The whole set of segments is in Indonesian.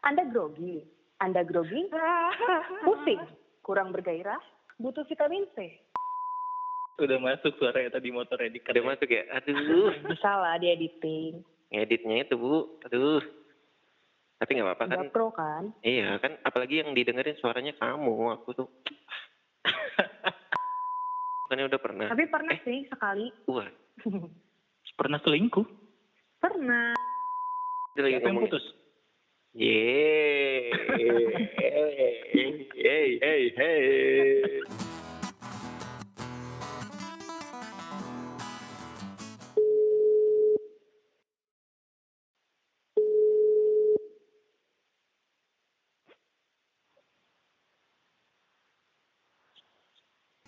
Anda grogi, Anda grogi, pusing, kurang bergairah, butuh vitamin C. Udah masuk suaranya tadi motornya di Udah masuk ya? Aduh, Bisa lah di editing, ngeditnya itu bu. Aduh. Tapi nggak apa-apa kan? nggak pro kan? Iya kan, apalagi yang didengerin suaranya kamu. Aku tuh. Bukannya udah pernah. Tapi pernah sih sekali, Wah, Pernah selingkuh? pernah. dia lagi Siapa yang ngomongin. putus? Yeay. Hey, hey, hey.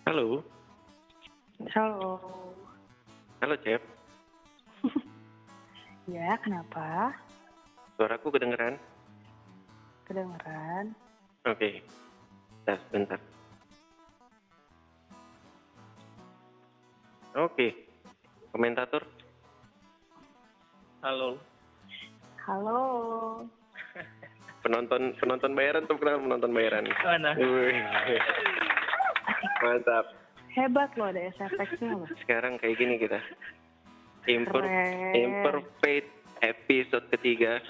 Halo, Halo, halo Cep. ya kenapa? Suaraku kedengeran? Kedengeran? Oke. Bentar, bentar. Oke. Komentator. Halo. Halo, Penonton penonton bayaran tuh kenal penonton bayaran. Mana? Wih. Mantap. hebat loh ada SFX-nya loh. Sekarang kayak gini kita. Imper Keren. Imperfect episode ketiga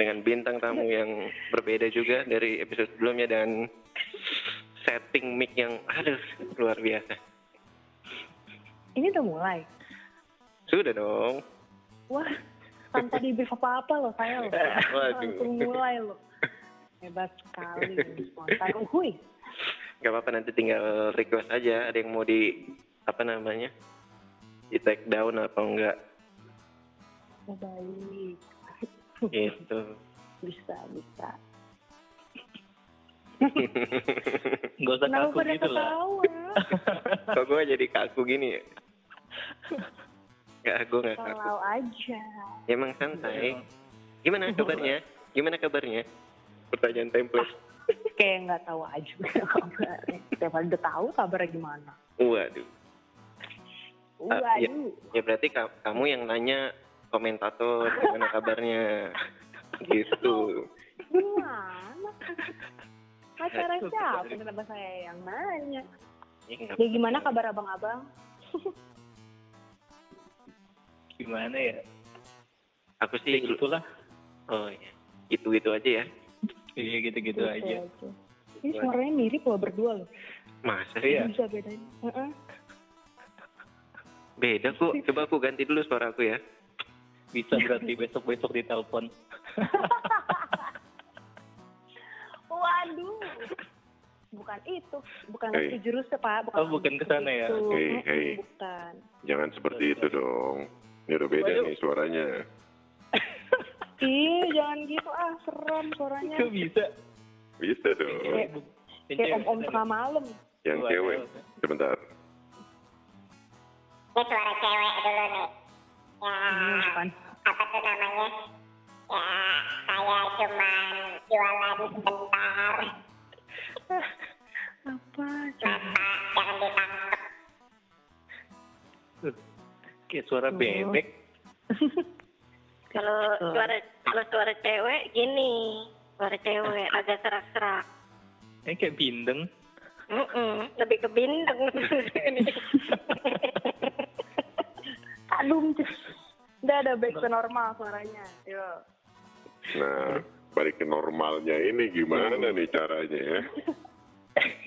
dengan bintang tamu yang berbeda juga dari episode sebelumnya dan setting mic yang aduh luar biasa. Ini udah mulai. Sudah dong. Wah, tanpa di brief apa-apa loh saya loh. Waduh. Langsung mulai loh. Hebat sekali, spontan. Uhuy, Gak apa-apa nanti tinggal request aja ada yang mau di apa namanya di take down apa enggak oh, baik. gitu. Bisa, bisa. Gak usah Kenapa kaku pada gitu lah. ketawa? Kok gue jadi kaku gini ya? Gak, gue gak kaku. Kalau aja. Emang Iya. santai. Gimana kabarnya? Gimana kabarnya? Pertanyaan template. Kayak nggak tahu aja juga kabarnya. Setiap hari udah tahu kabarnya gimana. Waduh. Ah, iya. Waduh, Ya berarti ka- kamu yang nanya komentator gimana kabarnya gitu. gimana? Acara gitu. siapa? Kenapa saya yang nanya? Ya, Ya gimana kabar abang-abang? Gimana ya? Aku Ya sih gitulah. oh iya. Gitu-gitu aja ya. Iya gitu-gitu aja. Gitu Ini suaranya mirip loh berdua loh. Masa sih? Iya. Bisa bedain. Heeh. Beda Iya. kok. Coba aku ganti dulu suara aku ya. Bisa berarti besok-besok ditelepon. Waduh. Bukan itu, bukan Hei. itu jurus Pak, bukan. Oh, bukan ke sana ya? itu. Hei, Mm-mm, hei. Bukan. Jangan seperti itu dong. Ini udah beda Waduh. nih suaranya. Ih, jangan gitu ah, serem suaranya. Kok bisa? Bisa dong. Yang Iya, Kayak cewek Iya, om-om bisa tengah malam. Yang Wah, cewek. tahu. Sebentar. Ini suara cewek dulu nih. Ya, apa tuh namanya? Ya, saya cuman jualan sebentar. Apa? Mas, Pak, jangan ditangkap. Kayak suara Tuh. bebek. Kalau Betul. suara kalau suara cewek gini, suara cewek agak serak-serak. Ini kayak bindeng. Mm-mm, lebih ke bintang Kadung. Udah ada back to normal suaranya. Yo. Nah, balik ke normalnya ini gimana nih caranya ya?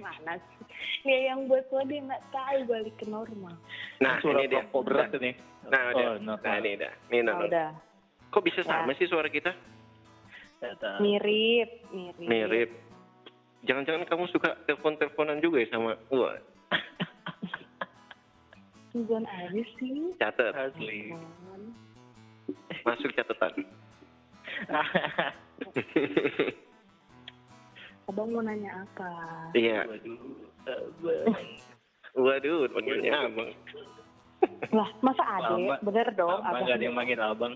Mana sih? Dia yang buat lo dia nggak tahu balik ke normal. Nah, suara ini dia. perokok berat ini. Nah, udah. Oh, normal. Nah, ini dah. Nih, Ah, nol. udah. Kok bisa sama sih suara kita? Nggak Ah. tahu. Mirip, mirip. Mirip. Jangan-jangan kamu suka telepon-teleponan juga ya sama Wah, Tujuan aja sih. catat. Asli. Kan. Masuk catatan. Abang mau nanya apa? Iya. Waduh. Eh, abang. Waduh, panggilnya abang. Lah, masa adek? Lama- Bener dong, Abang abang. nggak ada yang manggil abang.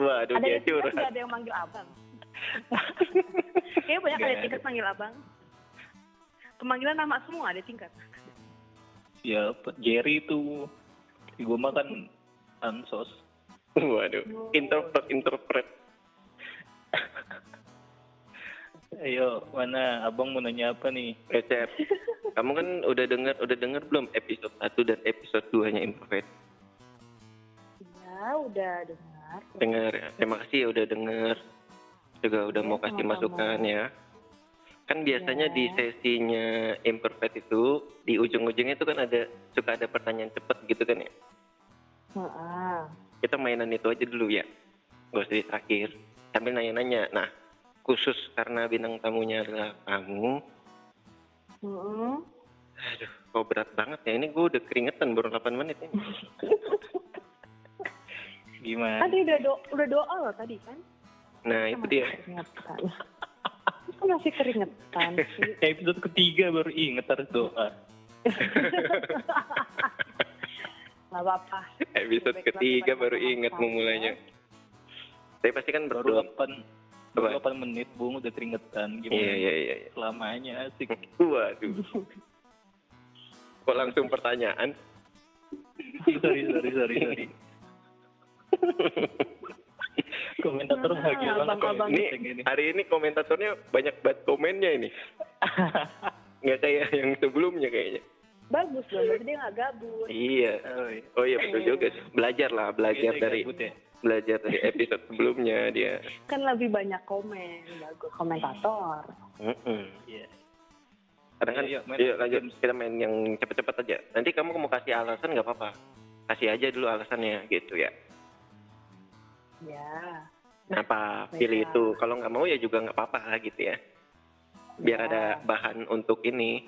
Waduh, Ada dia yang curhat curhat. nggak ada yang manggil abang. Kayaknya banyak ada Nggak Iya. ada. tingkat manggil abang. Pemanggilan nama semua ada tingkat. Ya, Jerry tuh. Gue makan ansos. Waduh, interpret, interpret. Ayo, mana abang mau nanya apa nih? Eh, Cep, kamu kan udah dengar udah dengar belum episode 1 dan episode 2-nya Imperfect? Iya, udah dengar. Dengar ya. Terima kasih ya udah dengar. Juga udah Iya, mau kasih sama-sama. masukan ya. Kan biasanya Iya. di sesinya Imperfect itu di ujung-ujungnya itu kan ada suka ada pertanyaan cepat gitu kan ya. Heeh. Kita mainan itu aja dulu ya. Gak usah di terakhir. Sambil nanya-nanya. Nah, khusus karena bintang tamunya adalah kamu, Heeh. Oh berat banget ya, ini gue udah keringetan baru 8 menit ini. Gimana? Kan Tadi udah do udah doa loh tadi kan? Iya. Nah itu dia, Masih Keringetan. Kok masih keringetan sih? Episode ketiga baru inget harus doa. Gak apa-apa. episode Baik, ketiga baik, baru baik, inget baik. memulainya. Tapi pasti kan Baru berdoa. 8, baru 8 menit, Bung udah keringetan. Gimana? Iya, iya, iya. iya. Selamanya asik. Waduh, kok langsung pertanyaan? sorry, sorry, sorry, sorry. Komentator Nah, bahagia banget abang-abang. kalau yang ini. Hari ini komentatornya banyak banget komennya ini. Nggak kayak yang sebelumnya kayaknya. Bagus dong, berarti dia gak gabut. Iya. Oh, iya. Oh iya betul juga. Belajar lah, belajar Biasanya dari gabut ya. belajar dari episode sebelumnya dia. Kan lebih banyak komen. Bagus. Komentator. Mm-mm. Iya. Karena kan, Iya, iya, main iya, apa, lanjut James? kita main yang cepet-cepet aja. Nanti kamu mau kasih alasan nggak apa-apa. Kasih aja dulu alasannya gitu ya. Ya. Kenapa Baiklah. pilih itu? Kalau nggak mau ya juga nggak apa-apa gitu ya. Biar Ya. ada bahan untuk ini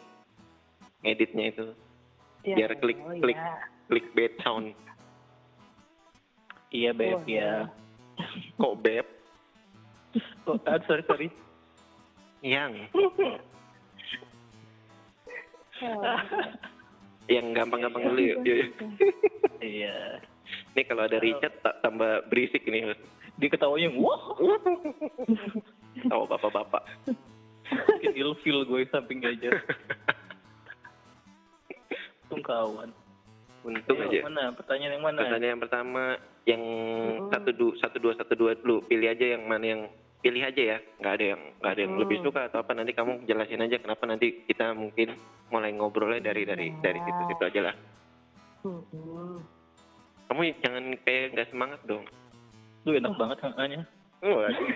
editnya itu Ya, Biar klik, oh klik. ya. clickbait sound. Iya, Wah, Beb, ya. Kok beb? Oh, ah, sorry, sorry. Yang Oh, yang gampang-gampang dulu yuk. yuk, yuk. Iya. Ini kalau ada Richard tak tambah berisik nih. Dia ketawanya, wah, Tahu bapak-bapak. bikin ilfil gue samping aja. Untung kawan. Untung Ayo, aja. Mana? Pertanyaan yang mana? Pertanyaan yang pertama yang Mm-mm. satu du satu dua satu dua dulu pilih aja yang mana yang pilih aja ya nggak ada yang nggak ada yang Mm. lebih suka atau apa nanti kamu jelasin aja kenapa nanti kita mungkin mulai ngobrolnya dari dari dari situ situ aja lah Mm-mm. kamu jangan kayak nggak semangat dong Lu enak banget hanya. Waduh.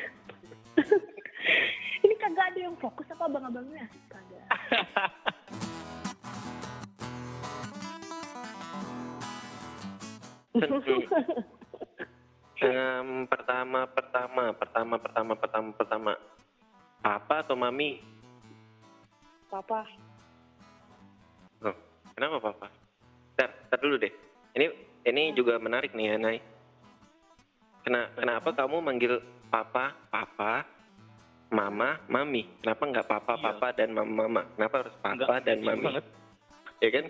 Ini kagak ada yang fokus apa abang-abangnya? Kagak. Em, pertama pertama pertama pertama pertama pertama papa atau mami Papa. kenapa papa Ntar, ntar dulu deh ini ini juga menarik nih ya Nay Kena, kenapa kamu manggil papa papa mama mami kenapa nggak papa Iya. papa dan mama mama kenapa harus papa Nggak, dan ini mami banget. ya kan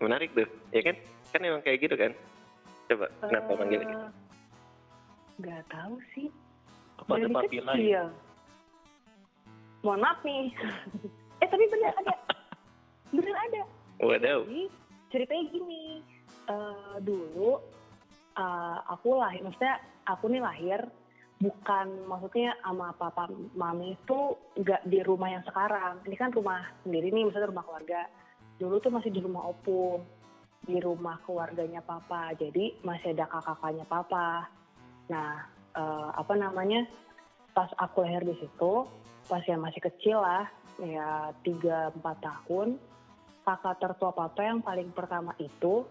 menarik tuh ya kan kan emang kayak gitu kan coba kenapa Eh, manggil gitu? Nggak tahu sih. Apa ada ya? Dari papi ya? lain? kecil. Mohon maaf nih. eh tapi bener ada. Bener ada. waduh Jadi ceritanya gini. Eh, dulu eh, aku lahir, maksudnya aku nih lahir bukan maksudnya sama papa mami itu nggak di rumah yang sekarang. Ini kan rumah sendiri nih, misalnya rumah keluarga. Dulu tuh masih di rumah opung, di rumah keluarganya papa. Jadi masih ada kakak-kakaknya papa. Nah, eh, apa namanya? Pas aku lahir di situ, pas yang masih kecil lah, ya 3-4 tahun, kakak tertua papa yang paling pertama itu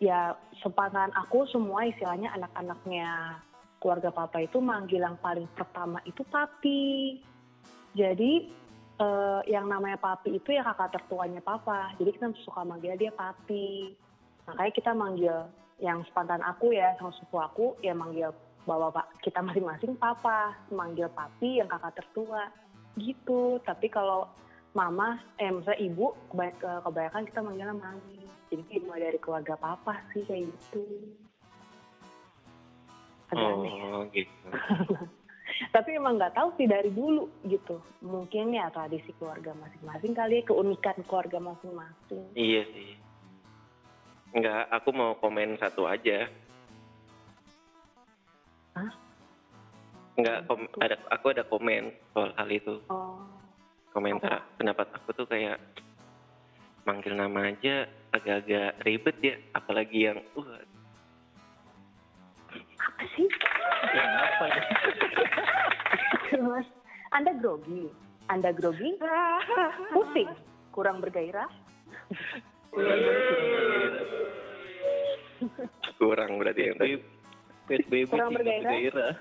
ya sepantaran aku semua istilahnya anak-anaknya keluarga papa itu manggil yang paling pertama itu papi jadi eh, yang namanya papi itu ya kakak tertuanya papa jadi kita suka manggil dia papi makanya kita manggil yang sepantaran aku ya sama sepupu aku ya manggil bawa pak kita masing-masing papa manggil papi yang kakak tertua gitu tapi kalau mama, eh maksudnya ibu, kebany- ke- kebanyakan kita manggilnya mami. Jadi kayak mulai dari keluarga papa sih kayak gitu. Agak aneh. ya. oh gitu Tapi emang nggak tahu sih dari dulu gitu. Mungkin ya tradisi keluarga masing-masing kali ya, keunikan keluarga masing-masing. iya sih Enggak, aku mau komen satu aja. Hah? Enggak, kom- ada, aku ada komen soal hal itu. Oh. Komentar pendapat aku tuh kayak manggil nama aja agak-agak ribet ya, apalagi yang uh, wah Apa sih? Kenapa ya? Mas, Anda grogi. Anda grogi? Pusing. Kurang bergairah? Iya, kurang berarti yang tadi. PSBB Kurang tingkat bergairah? daerah.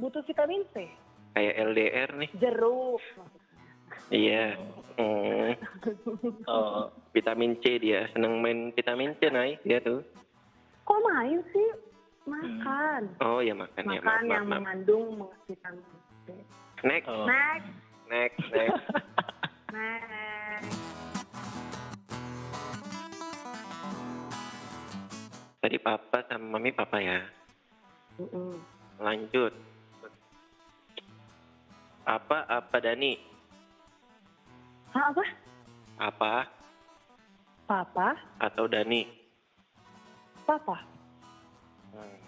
Butuh vitamin C? kayak LDR nih. Jeruk. Iya. Hmm, Oh, vitamin C dia seneng main vitamin C naik dia tuh. Kok main sih? Makan. Oh ya makan, Makan ya maaf yang maaf. maaf. mengandung vitamin C. Next oh. Next. next next. Next. Tadi papa sama mami papa ya. Mm-mm. Lanjut. Apa apa Dani? Hah, apa? Apa Papa? atau Dani? Papa? Hmm.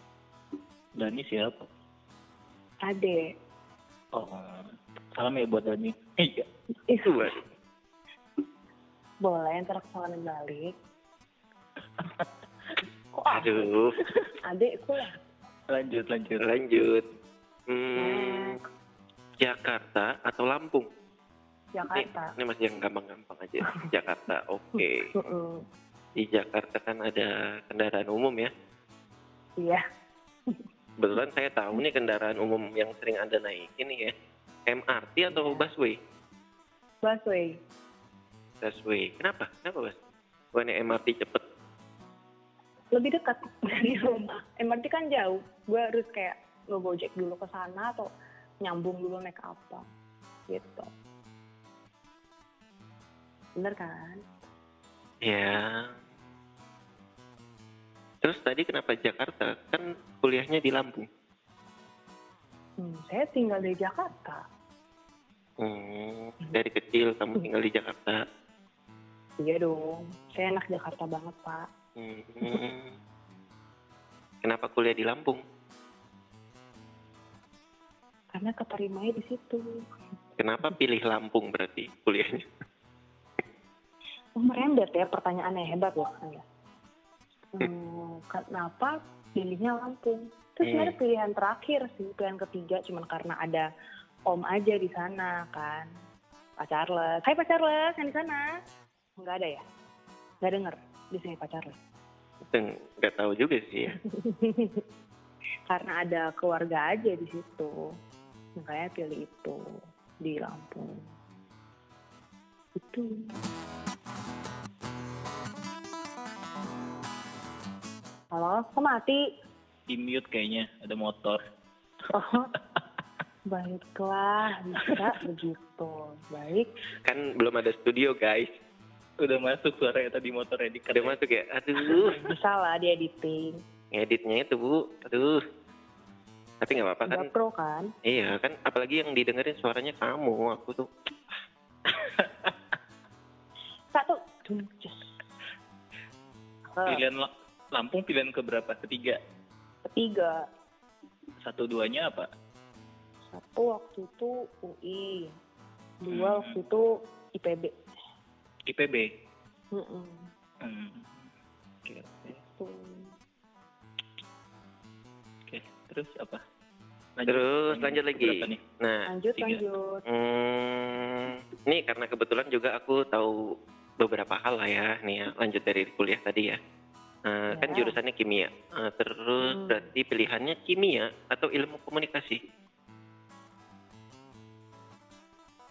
Dani siapa? Ade. Oh. Salam ya buat Dani. Iya. Itu Wan. Boleh, ntar aku salamin balik. Kok adek? Aduh. Adek, kok ya? Lanjut, lanjut. Lanjut. Hmm, Jakarta atau Lampung? Jakarta. Ini masih yang gampang-gampang aja. Jakarta, oke. Mm-mm. di Jakarta kan ada kendaraan umum ya. Iya. Kebetulan saya tahu nih kendaraan umum yang sering Anda naik ini ya. MRT atau busway? Busway. Busway. Kenapa? Kenapa bus? Bukannya MRT cepet. Lebih dekat dari rumah. MRT kan jauh. Gue harus kayak nge-gojek dulu ke sana atau nyambung dulu naik apa. Gitu. Bener kan? Ya. Terus tadi kenapa Jakarta? Kan kuliahnya di Lampung. Hmm, saya tinggal di Jakarta. Hmm, dari kecil kamu tinggal di Jakarta. Iya dong. Saya anak Jakarta banget, Pak. Hmm. Kenapa kuliah di Lampung? Karena keterimanya di situ. Kenapa pilih Lampung berarti kuliahnya? Oh, merembet ya pertanyaannya hebat loh Anda. Hmm, kenapa pilihnya Lampung? Itu sebenarnya pilihan terakhir sih, pilihan ketiga cuman karena ada Om aja di sana kan. Pak Charles. Hai Pak Charles, yang di sana. Enggak ada ya? Enggak denger di sini Pak Charles. Dan nggak tahu juga sih ya. karena ada keluarga aja di situ. Makanya pilih itu di Lampung. Itu. Halo, kok mati? Di mute kayaknya, ada motor. Oh, baiklah, bisa begitu. Baik, Kan belum ada studio guys. Udah masuk suaranya tadi motornya di Udah masuk ya? Aduh, bisa lah di editing. ngeditnya itu bu, aduh. Tapi nggak apa-apa kan? Udah pro kan? Iya kan, apalagi yang didengerin suaranya kamu, aku tuh. Satu, dua, just. Eh, Pilihan La- Lampung pilihan keberapa? Ketiga. Ketiga, Satu duanya apa? satu waktu itu UI, dua Hmm. waktu itu IPB. IPB. Mm-mm. Hmm. Oke, oke. Hmm. Oke, terus apa? Terus lanjut lagi. Berapa nih? Nah, Lanjut, tiga. lanjut. Hmm, nih karena kebetulan juga aku tahu beberapa hal lah ya, nih ya, lanjut dari kuliah tadi ya. Nah, Kan Ya. jurusannya kimia. Nah, Hmm. terus berarti pilihannya kimia atau ilmu komunikasi?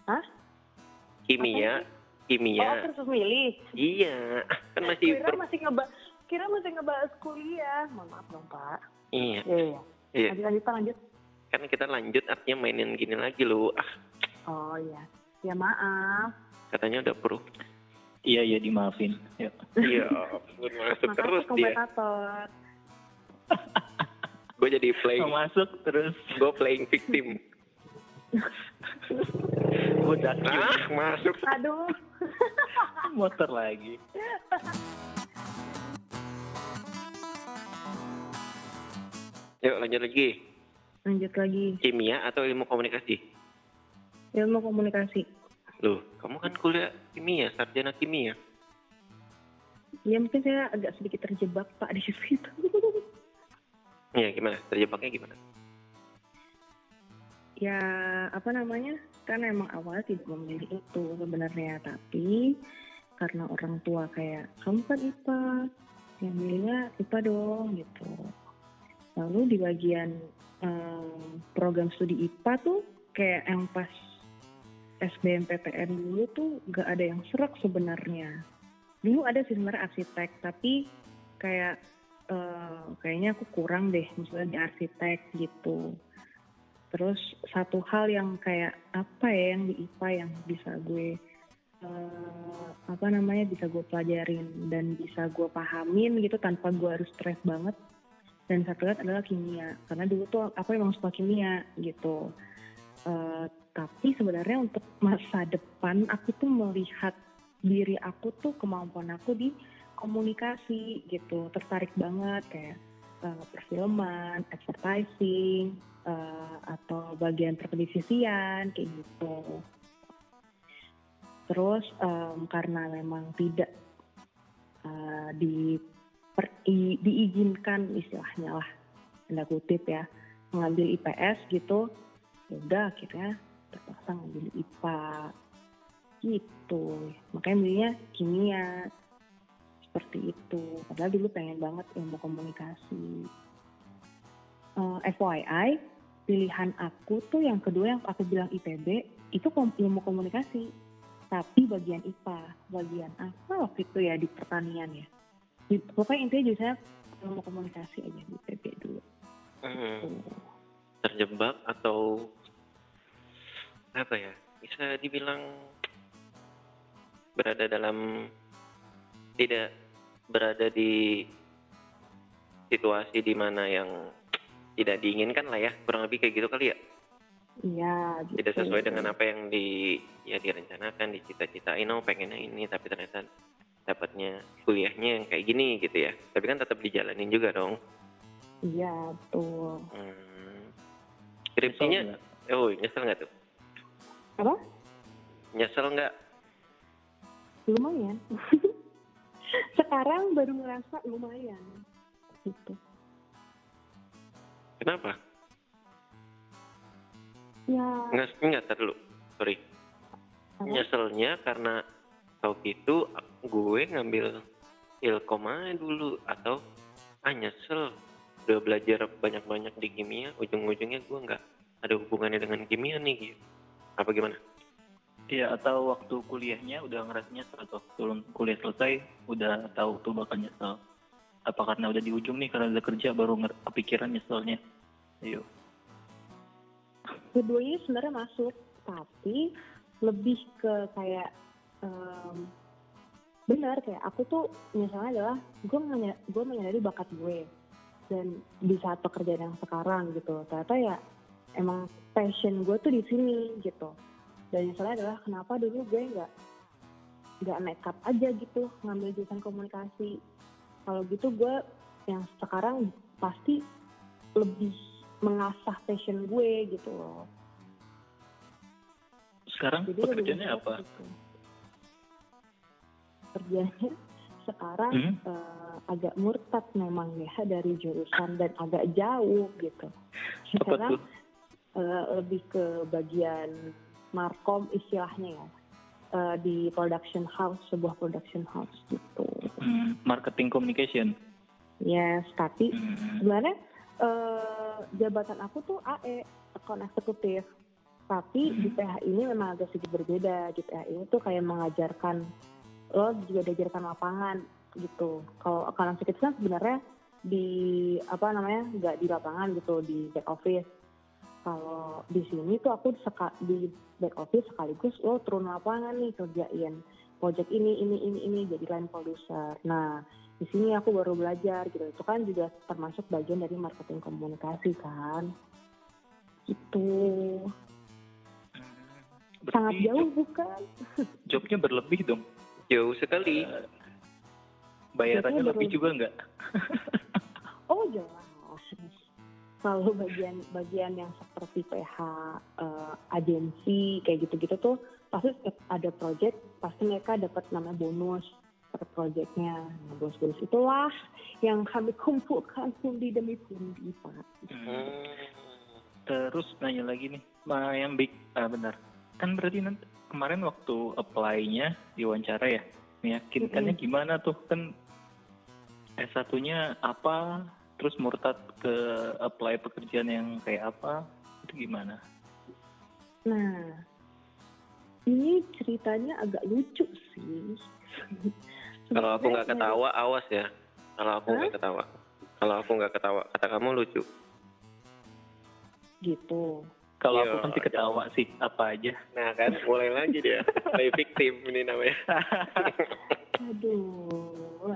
Hah? Kimia, Oh, kimia. terus milih. Iya, kan masih Kira ber- masih ngebahas kira masih ngebahas kuliah. Mohon maaf dong, Pak. iya. Iya, iya. Iya. Lanjut, lanjut, Pak, lanjut. kan kita lanjut artinya mainin gini lagi loh ah Oh, iya. Ya, maaf. katanya udah pro Iya, iya dimaafin. Yuk. iya ampun, masuk terus Makasih dia komentator. gue jadi Mau playing masuk terus gue playing victim godak ah masuk Aduh, motor lagi. yuk lanjut lagi lanjut lagi Kimia atau ilmu komunikasi? ilmu komunikasi Loh, kamu kan kuliah kimia, sarjana kimia. ya mungkin saya agak sedikit terjebak pak di situ Ya gimana? Terjebaknya gimana? ya apa namanya kan emang awal tidak memilih itu sebenarnya tapi karena orang tua kayak kamu kan IPA yang milihnya IPA dong gitu lalu di bagian em, program studi IPA tuh kayak yang pas SBMPTN dulu tuh gak ada yang serak sebenarnya dulu ada sih sebenarnya arsitek tapi kayak eh, kayaknya aku kurang deh misalnya di arsitek gitu Terus satu hal yang kayak apa ya yang di IPA yang bisa gue eh, apa namanya bisa gue pelajarin dan bisa gue pahamin gitu tanpa gue harus stres banget. Dan satu lagi adalah kimia karena dulu tuh aku emang suka kimia gitu. Eh, tapi sebenarnya untuk masa depan aku tuh melihat diri aku tuh kemampuan aku di komunikasi gitu tertarik banget kayak eh, perfilman, advertising, eh, atau bagian perpedisisian kayak gitu. Terus em, karena memang tidak eh, diper- i- diizinkan istilahnya lah, tanda kutip ya, mengambil IPS gitu, ya udah akhirnya terpaksa ngambil IPA gitu. Makanya milihnya kimia seperti itu. Padahal dulu pengen banget ilmu komunikasi. Eh, FYI, pilihan aku tuh yang kedua yang aku bilang IPB itu kom- ilmu komunikasi tapi bagian IPA bagian apa waktu itu ya di pertanian ya Di- pokoknya intinya jadi saya ilmu komunikasi aja di IPB dulu Hmm, terjebak atau apa ya? Bisa dibilang berada dalam tidak berada di situasi di mana yang tidak diinginkan lah ya kurang lebih kayak gitu kali ya iya gitu. tidak sesuai dengan apa yang di ya direncanakan dicita-citain oh pengennya ini tapi ternyata dapatnya kuliahnya yang kayak gini gitu ya tapi kan tetap dijalanin juga dong iya betul Hmm. Skripsinya, oh nyesel nggak tuh? Apa? Nyesel nggak? lumayan sekarang baru ngerasa lumayan gitu Kenapa? ya Nggak, nggak ntar dulu. Sorry. Apa? ya, Nyeselnya karena tau gitu aku- gue ngambil ilkom aja dulu atau ah nyesel udah belajar banyak-banyak di kimia ujung-ujungnya gue nggak ada hubungannya dengan kimia nih gitu. Apa gimana? Iya, atau waktu kuliahnya udah ngerasanya saat waktu kuliah selesai udah tahu tuh bakal nyesel. Apa karena udah di ujung nih karena udah kerja baru nger- kepikiran nyeselnya. Ayo. keduanya sebenarnya masuk tapi lebih ke kayak em, benar kayak aku tuh misalnya adalah gue menya- gue menyadari bakat gue dan di saat pekerjaan yang sekarang gitu ternyata ya emang passion gue tuh di sini gitu dan misalnya adalah kenapa dulu gue nggak nggak nekat aja gitu ngambil jurusan komunikasi kalau gitu gue yang sekarang pasti lebih mengasah passion gue gitu loh Sekarang jadi lebih pekerjaannya banyak apa? gitu. Kerjanya sekarang Hmm? eh, agak murtad memang ya dari jurusan dan agak jauh gitu. Apa Sekarang tuh? eh, lebih ke bagian markom istilahnya ya Eh, di production house sebuah production house gitu. Hmm, Marketing communication. Yes, tapi Hmm. sebenarnya eh, jabatan aku tuh AE account eksekutif tapi di PH ini memang agak sedikit berbeda di PH ini tuh kayak mengajarkan lo juga diajarkan lapangan gitu kalau account eksekutif kan sebenarnya di apa namanya nggak di lapangan gitu di back office kalau di sini tuh aku seka- di back office sekaligus lo turun lapangan nih kerjain project ini ini ini ini jadi line producer nah di sini aku baru belajar gitu itu kan juga termasuk bagian dari marketing komunikasi kan itu Berarti sangat jauh bukan job- jobnya berlebih dong. Jauh sekali. Eh, bayarannya Jobnya lebih berlebih. juga nggak? oh jelas lalu Oh, bagian bagian yang seperti PH eh, agensi kayak gitu-gitu tuh pasti setiap ada project pasti mereka dapat namanya bonus per projectnya nah, bonus-bonus itulah yang kami kumpulkan pundi demi pundi pak Hmm. Terus nanya lagi nih, Ma, yang big, ah benar. Kan berarti nanti, kemarin waktu apply-nya diwawancara ya, meyakinkannya gimana tuh kan S1-nya apa, terus murtad ke apply pekerjaan yang kayak apa, itu gimana? Nah, ini ceritanya agak lucu sih. Kalau aku Iya. nggak ketawa, awas ya. Kalau aku nggak ketawa. Kalau aku nggak ketawa, kata kamu lucu. Gitu. Kalau Iya, aku pasti ketawa sih, apa aja. Nah kan, mulai lagi dia. Play victim ini namanya. Aduh.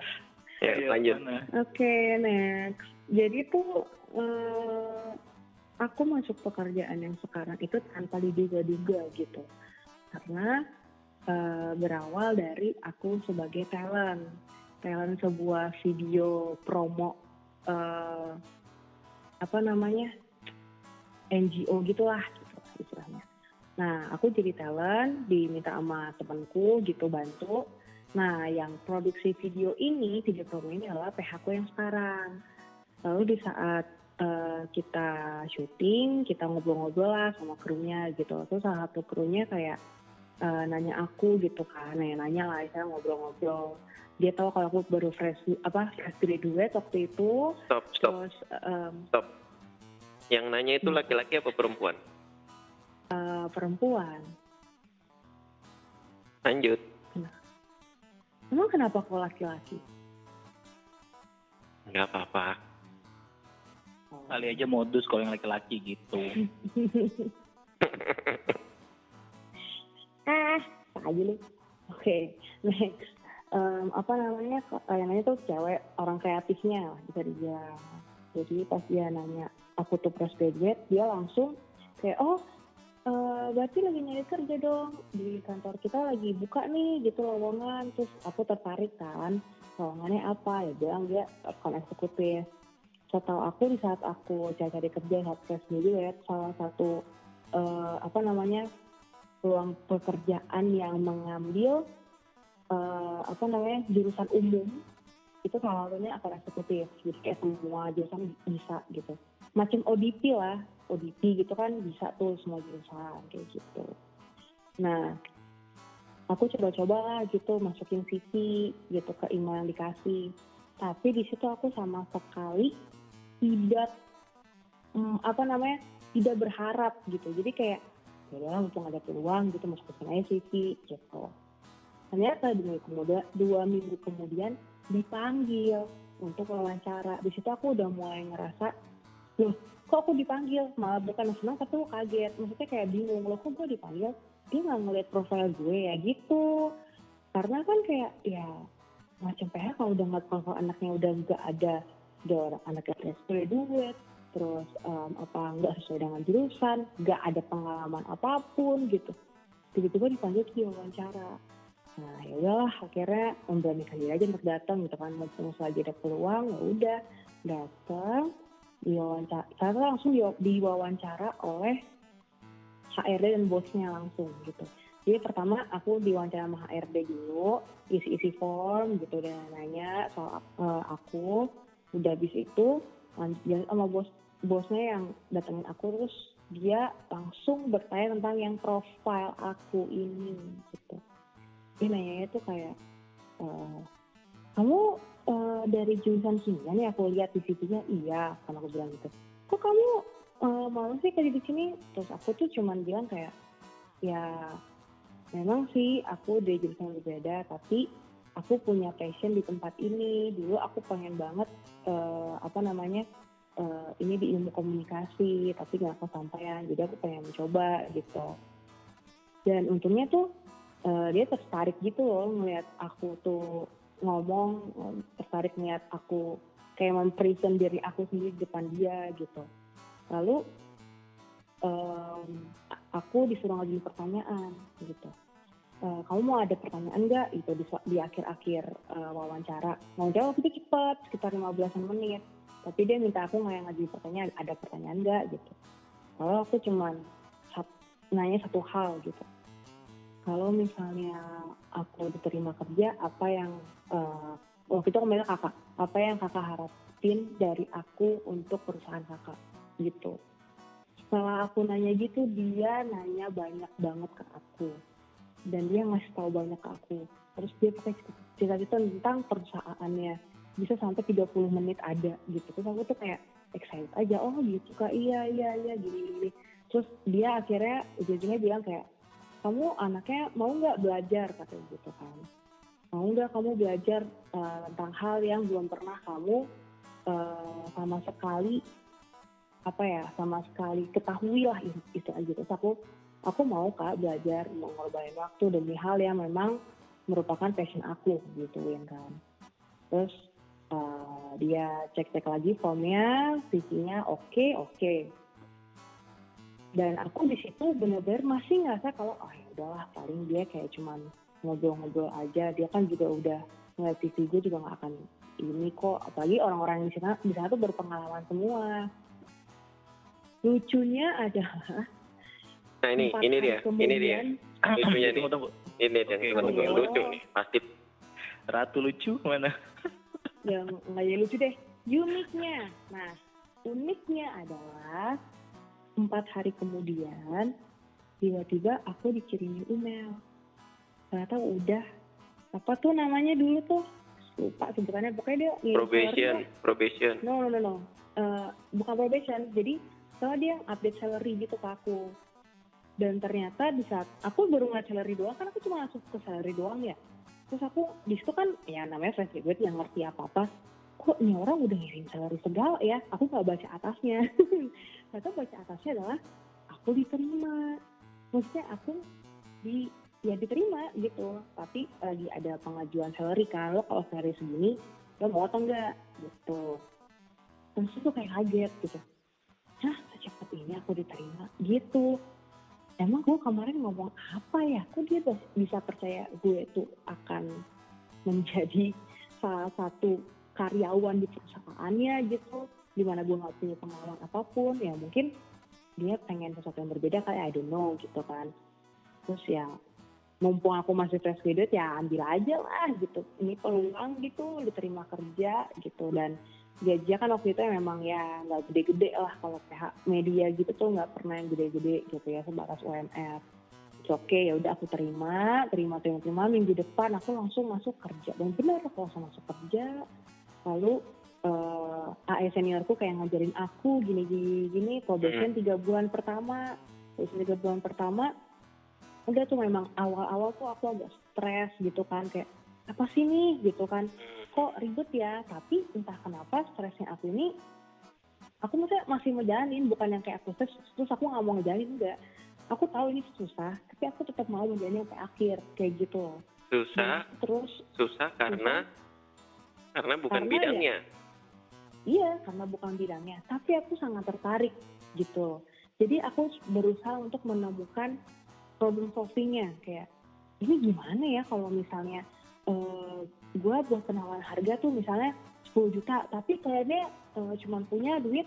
Ya, Iya, lanjut. mana? Oke, next. Jadi tuh eh, aku masuk pekerjaan yang sekarang itu tanpa diduga-duga gitu. Karena eh, berawal dari aku sebagai talent. Talent sebuah video promo eh, apa namanya? NGO gitulah gitu lah istilahnya. Nah, aku jadi talent, diminta sama temanku gitu bantu. Nah, yang produksi video ini, video promo ini adalah PH ku yang sekarang. Lalu di saat eh, kita syuting, kita ngobrol-ngobrol lah sama krunya gitu. Terus salah satu krunya kayak eh, nanya aku gitu kan, nanya-nanya lah, saya ngobrol-ngobrol. Dia tahu kalau aku baru fresh apa fresh graduate waktu itu, Stop, stop. terus em, Yang nanya itu laki-laki apa perempuan? eh, perempuan. Lanjut. Emang kenapa kok laki-laki? Nggak apa-apa. Oh. Kali aja modus kalau yang laki-laki gitu. ah tak aja lu oke next Em, apa namanya eh, yang nanya tuh cewek orang kreatifnya lah, bisa dibilang jadi pas dia nanya aku tuh fresh graduate dia langsung kayak oh eh, berarti lagi nyari kerja dong di kantor kita lagi buka nih gitu lowongan terus aku tertarik kan lowongannya apa ya bilang dia account eksekutif setahu aku di saat aku cari-cari kerja saat fresh graduate salah satu eh, apa namanya peluang pekerjaan yang mengambil eh, apa namanya jurusan umum itu salah satunya akan eksekutif jadi kayak semua jurusan bisa gitu macam ODP lah ODP gitu kan bisa tuh semua jurusan kayak gitu nah aku coba-coba lah gitu masukin CV gitu ke email yang dikasih tapi di situ aku sama sekali tidak mm, apa namanya tidak berharap gitu jadi kayak ya udah mumpung ada peluang gitu masukin aja CV gitu ternyata dua minggu kemudian dua minggu kemudian dipanggil untuk wawancara di situ aku udah mulai ngerasa loh kok aku dipanggil malah bukan senang tapi aku kaget maksudnya kayak bingung loh kok gue dipanggil dia nggak ngeliat profil gue ya gitu karena kan kayak ya macam PH kalau udah ngeliat profil anaknya udah nggak ada dia orang anaknya fresh graduate terus em, apa nggak sesuai dengan jurusan, nggak ada pengalaman apapun gitu. Tiba-tiba dipanggil ke wawancara. Nah ya udahlah akhirnya memberanikan diri aja untuk datang gitu kan, mumpung lagi ada peluang ya udah datang diwawancara, karena langsung di- diwawancara oleh HRD dan bosnya langsung gitu. Jadi pertama aku diwawancara sama HRD dulu, isi-isi form gitu dan nanya soal eh, aku. Udah habis itu lanjut jalan sama bos bosnya yang datengin aku terus dia langsung bertanya tentang yang profile aku ini gitu dia nanya itu kayak eh, kamu eh, dari jurusan kimia nih aku lihat di CV-nya iya kan aku bilang gitu kok kamu eh, mau sih kerja di sini terus aku tuh cuman bilang kayak ya memang sih aku dari jurusan berbeda tapi aku punya passion di tempat ini dulu aku pengen banget eh, apa namanya eh, ini di ilmu komunikasi tapi nggak kesampaian jadi aku pengen mencoba gitu dan untungnya tuh eh, dia tertarik gitu loh melihat aku tuh ngomong tertarik melihat aku kayak mempresent diri aku sendiri di depan dia gitu lalu em, a- aku disuruh ngajuin pertanyaan gitu Eh, kamu mau ada pertanyaan nggak Gitu, itu di, di akhir-akhir eh, wawancara wawancara waktu itu cepat sekitar 15 menit tapi dia minta aku nggak ngajuin pertanyaan ada pertanyaan nggak gitu kalau aku cuman sat- nanya satu hal gitu kalau misalnya aku diterima kerja apa yang eh, waktu itu aku bilang kakak apa yang kakak harapin dari aku untuk perusahaan kakak gitu setelah aku nanya gitu dia nanya banyak banget ke aku dan dia ngasih tahu banyak ke aku terus dia pakai cerita-cerita tentang perusahaannya bisa sampai 30 menit ada gitu terus aku tuh kayak excited aja oh gitu kak iya iya iya gini gini terus dia akhirnya ujung-ujungnya bilang kayak kamu anaknya mau nggak belajar katanya gitu kan mau nggak kamu belajar eh, tentang hal yang belum pernah kamu eh, sama sekali apa ya sama sekali ketahui lah is- istilah gitu Terus aku aku mau kak belajar mau ngorbanin waktu demi hal yang memang merupakan passion aku gitu ya kan terus eh, dia cek cek lagi formnya visinya oke oke dan aku di situ bener-bener masih ngerasa kalau ah ya udahlah paling dia kayak cuman ngobrol-ngobrol aja dia kan juga udah ngeliat TV gue juga nggak akan ini kok apalagi orang-orang di sana di sana tuh berpengalaman semua lucunya adalah Nah ini empat ini hari dia, ini dia. kemudian, Lucunya nih, tunggu, tunggu. ini dia Oke, teman gue boleh. lucu nih, pasti. Ratu lucu mana? yang nggak jadi lucu deh uniknya nah uniknya adalah empat hari kemudian tiba-tiba aku dikirimi email ternyata udah apa tuh namanya dulu tuh lupa sebutannya pokoknya dia ngirim Probation, salary probation. deh. no no no no Eh, bukan probation jadi soalnya dia update salary gitu ke aku dan ternyata di saat aku baru ngeliat salary doang kan aku cuma masuk ke salary doang ya terus aku di situ kan ya namanya fresh graduate yang ngerti apa apa kok ini orang udah ngirim salary segala ya aku nggak baca atasnya ternyata baca atasnya adalah aku diterima maksudnya aku di ya diterima gitu tapi lagi ada pengajuan salary kan lo kalau salary segini lo mau atau enggak gitu terus itu kayak kaget gitu hah secepat ini aku diterima gitu emang gue kemarin ngomong apa ya kok dia bas- bisa percaya gue itu akan menjadi salah satu karyawan di perusahaannya gitu dimana gue nggak punya pengalaman apapun ya mungkin dia pengen sesuatu yang berbeda kayak I don't know gitu kan terus ya mumpung aku masih fresh graduate ya ambil aja lah gitu ini peluang gitu diterima kerja gitu dan gajinya kan waktu itu ya memang ya nggak gede-gede lah kalau PH media gitu tuh nggak pernah yang gede-gede gitu ya sebatas UMR. It's Oke ya udah aku terima, terima terima terima minggu depan aku langsung masuk kerja dan benar aku langsung masuk kerja lalu eh AE seniorku kayak ngajarin aku gini gini gini probation tiga bulan pertama terus tiga bulan pertama udah tuh memang awal-awal tuh aku agak stres gitu kan kayak apa sih nih gitu kan kok ribet ya tapi entah kenapa stresnya aku ini aku maksudnya masih mau jalanin bukan yang kayak aku stres terus aku nggak mau ngejalanin enggak aku tahu ini susah tapi aku tetap mau menjalani sampai akhir kayak gitu loh Susah, terus susah karena karena bukan Karena ya. bidangnya. iya karena bukan bidangnya tapi aku sangat tertarik gitu jadi aku berusaha untuk menemukan problem solvingnya kayak ini gimana ya kalau misalnya gue buat penawaran harga tuh misalnya 10 juta tapi kayaknya eh, cuman punya duit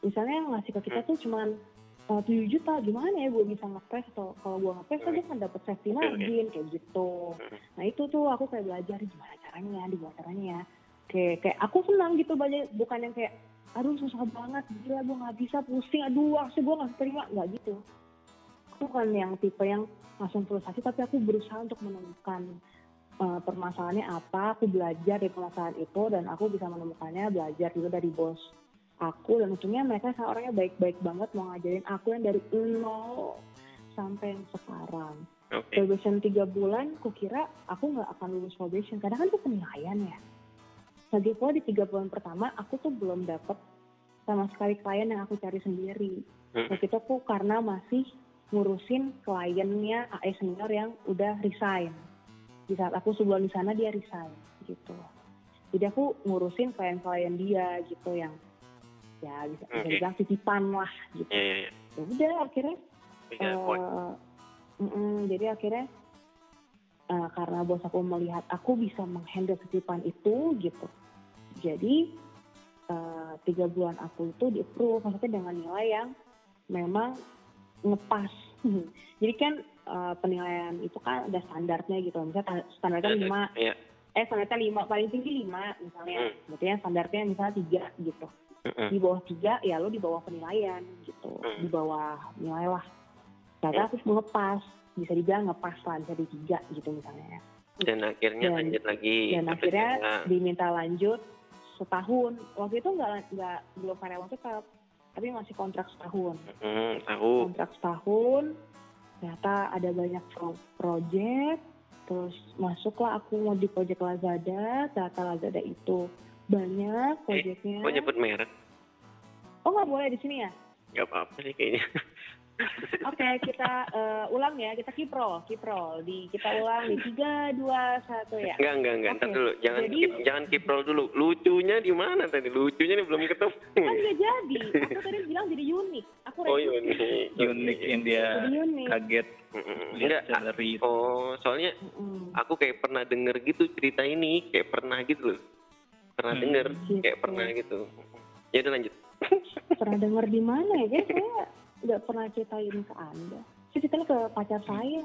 misalnya yang ngasih ke kita tuh cuman eh, 7 juta gimana ya gue bisa ngepres atau kalau gue ngepres tuh dia kan dapet safety margin kayak gitu nah itu tuh aku kayak belajar gimana caranya gimana caranya ya kayak kayak aku senang gitu banyak bukan yang kayak aduh susah banget gila gue nggak bisa pusing aduh aksi gue nggak terima nggak gitu aku kan yang tipe yang langsung frustasi tapi aku berusaha untuk menemukan eh, permasalahannya apa aku belajar dari permasalahan itu dan aku bisa menemukannya belajar juga dari bos aku dan untungnya mereka sa- orangnya baik-baik banget mau ngajarin aku yang dari nol sampai yang sekarang Oke. probation tiga bulan, kukira aku nggak akan lulus probation karena kan itu penilaian ya. Lagi pula di tiga bulan pertama aku tuh belum dapet sama sekali klien yang aku cari sendiri. Hmm. Waktu itu aku karena masih ngurusin kliennya AE senior yang udah resign. Di saat aku sebulan di sana dia resign gitu. Jadi aku ngurusin klien-klien dia gitu yang ya bisa, bisa Oke. dibilang titipan lah gitu. Iya, iya, iya. Ya udah akhirnya Iya, Oh, poin. Eh, mm-mm, jadi akhirnya eh, karena bos aku melihat aku bisa menghandle titipan itu gitu. Jadi eh, tiga bulan aku itu di approve maksudnya dengan nilai yang memang ngepas jadi kan eh, penilaian itu kan ada standarnya gitu misalnya ta- standarnya lima Iya. eh standarnya lima paling tinggi lima misalnya berarti yang standarnya misalnya tiga gitu Mm-mm. di bawah tiga ya lo di bawah penilaian gitu Hmm. di bawah nilai lah ternyata aku ngepas bisa dibilang ngepas lah bisa di tiga gitu misalnya Dan akhirnya Dan- lanjut lagi. dan sampai akhirnya sekarang. diminta lanjut setahun waktu itu nggak nggak belum karyawan tetap tapi masih kontrak setahun Mm, tahu. kontrak setahun ternyata ada banyak pro- project terus masuklah aku mau di project Lazada ternyata Lazada itu banyak projectnya Kok Eh, nyebut merek? oh nggak boleh di sini ya Gak apa-apa deh kayaknya. oke kita eh, ulang ya kita kiprol kiprol di kita ulang di tiga dua satu ya Enggak, enggak, enggak. Ntar Oke. dulu. Jangan Jadi- keep- jangan kiprol dulu. Lucunya di mana tadi? Lucunya nih belum ketemu. kan nggak jadi aku tadi bilang jadi unik aku Oh, iya. revisi. unik. Unik yang dia jadi unik kaget Mm-mm. Enggak. lihat salary Oh, soalnya Mm-mm. aku kayak pernah denger gitu cerita ini. Kayak pernah gitu loh. Pernah Hmm. denger. Gitu. Kayak pernah gitu. Ya udah lanjut. pernah dengar di mana ya Kayaknya saya nggak pernah ceritain ke anda saya ceritain ke pacar saya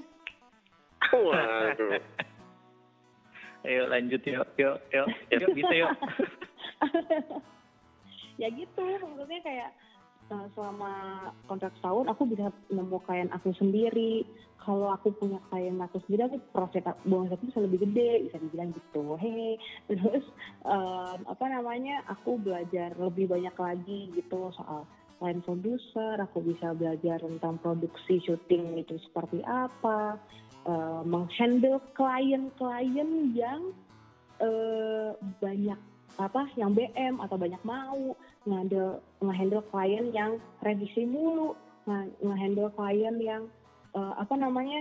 Waduh. ayo lanjut yuk yuk yuk yuk bisa yuk ya gitu maksudnya kayak eh, selama kontrak tahun aku bisa nemu klien aku sendiri kalau aku punya klien aku sendiri aku profit bonus aku bisa lebih gede bisa dibilang gitu hehe terus em, apa namanya aku belajar lebih banyak lagi gitu soal klien produser aku bisa belajar tentang produksi syuting itu seperti apa eh, menghandle klien-klien yang eh, banyak apa yang BM atau banyak mau ngadel ngehandle klien yang revisi mulu nge- ngehandle klien yang eh, apa namanya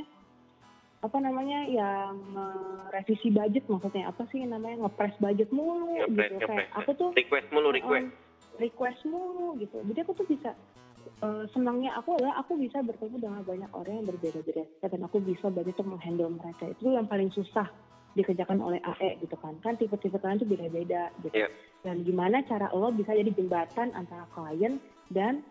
apa namanya yang eh, revisi budget maksudnya apa sih namanya ngepres budget mulu Ngepres, gitu ngepres. kayak aku tuh Request mulu, request. um, request mulu gitu jadi aku tuh bisa uh, senangnya aku adalah aku bisa bertemu dengan banyak orang yang berbeda-beda dan aku bisa banyak tuh menghandle mereka itu yang paling susah dikerjakan oleh AE gitu kan kan tipe-tipe klien tuh beda-beda gitu Iya. dan gimana cara lo bisa jadi jembatan antara klien dan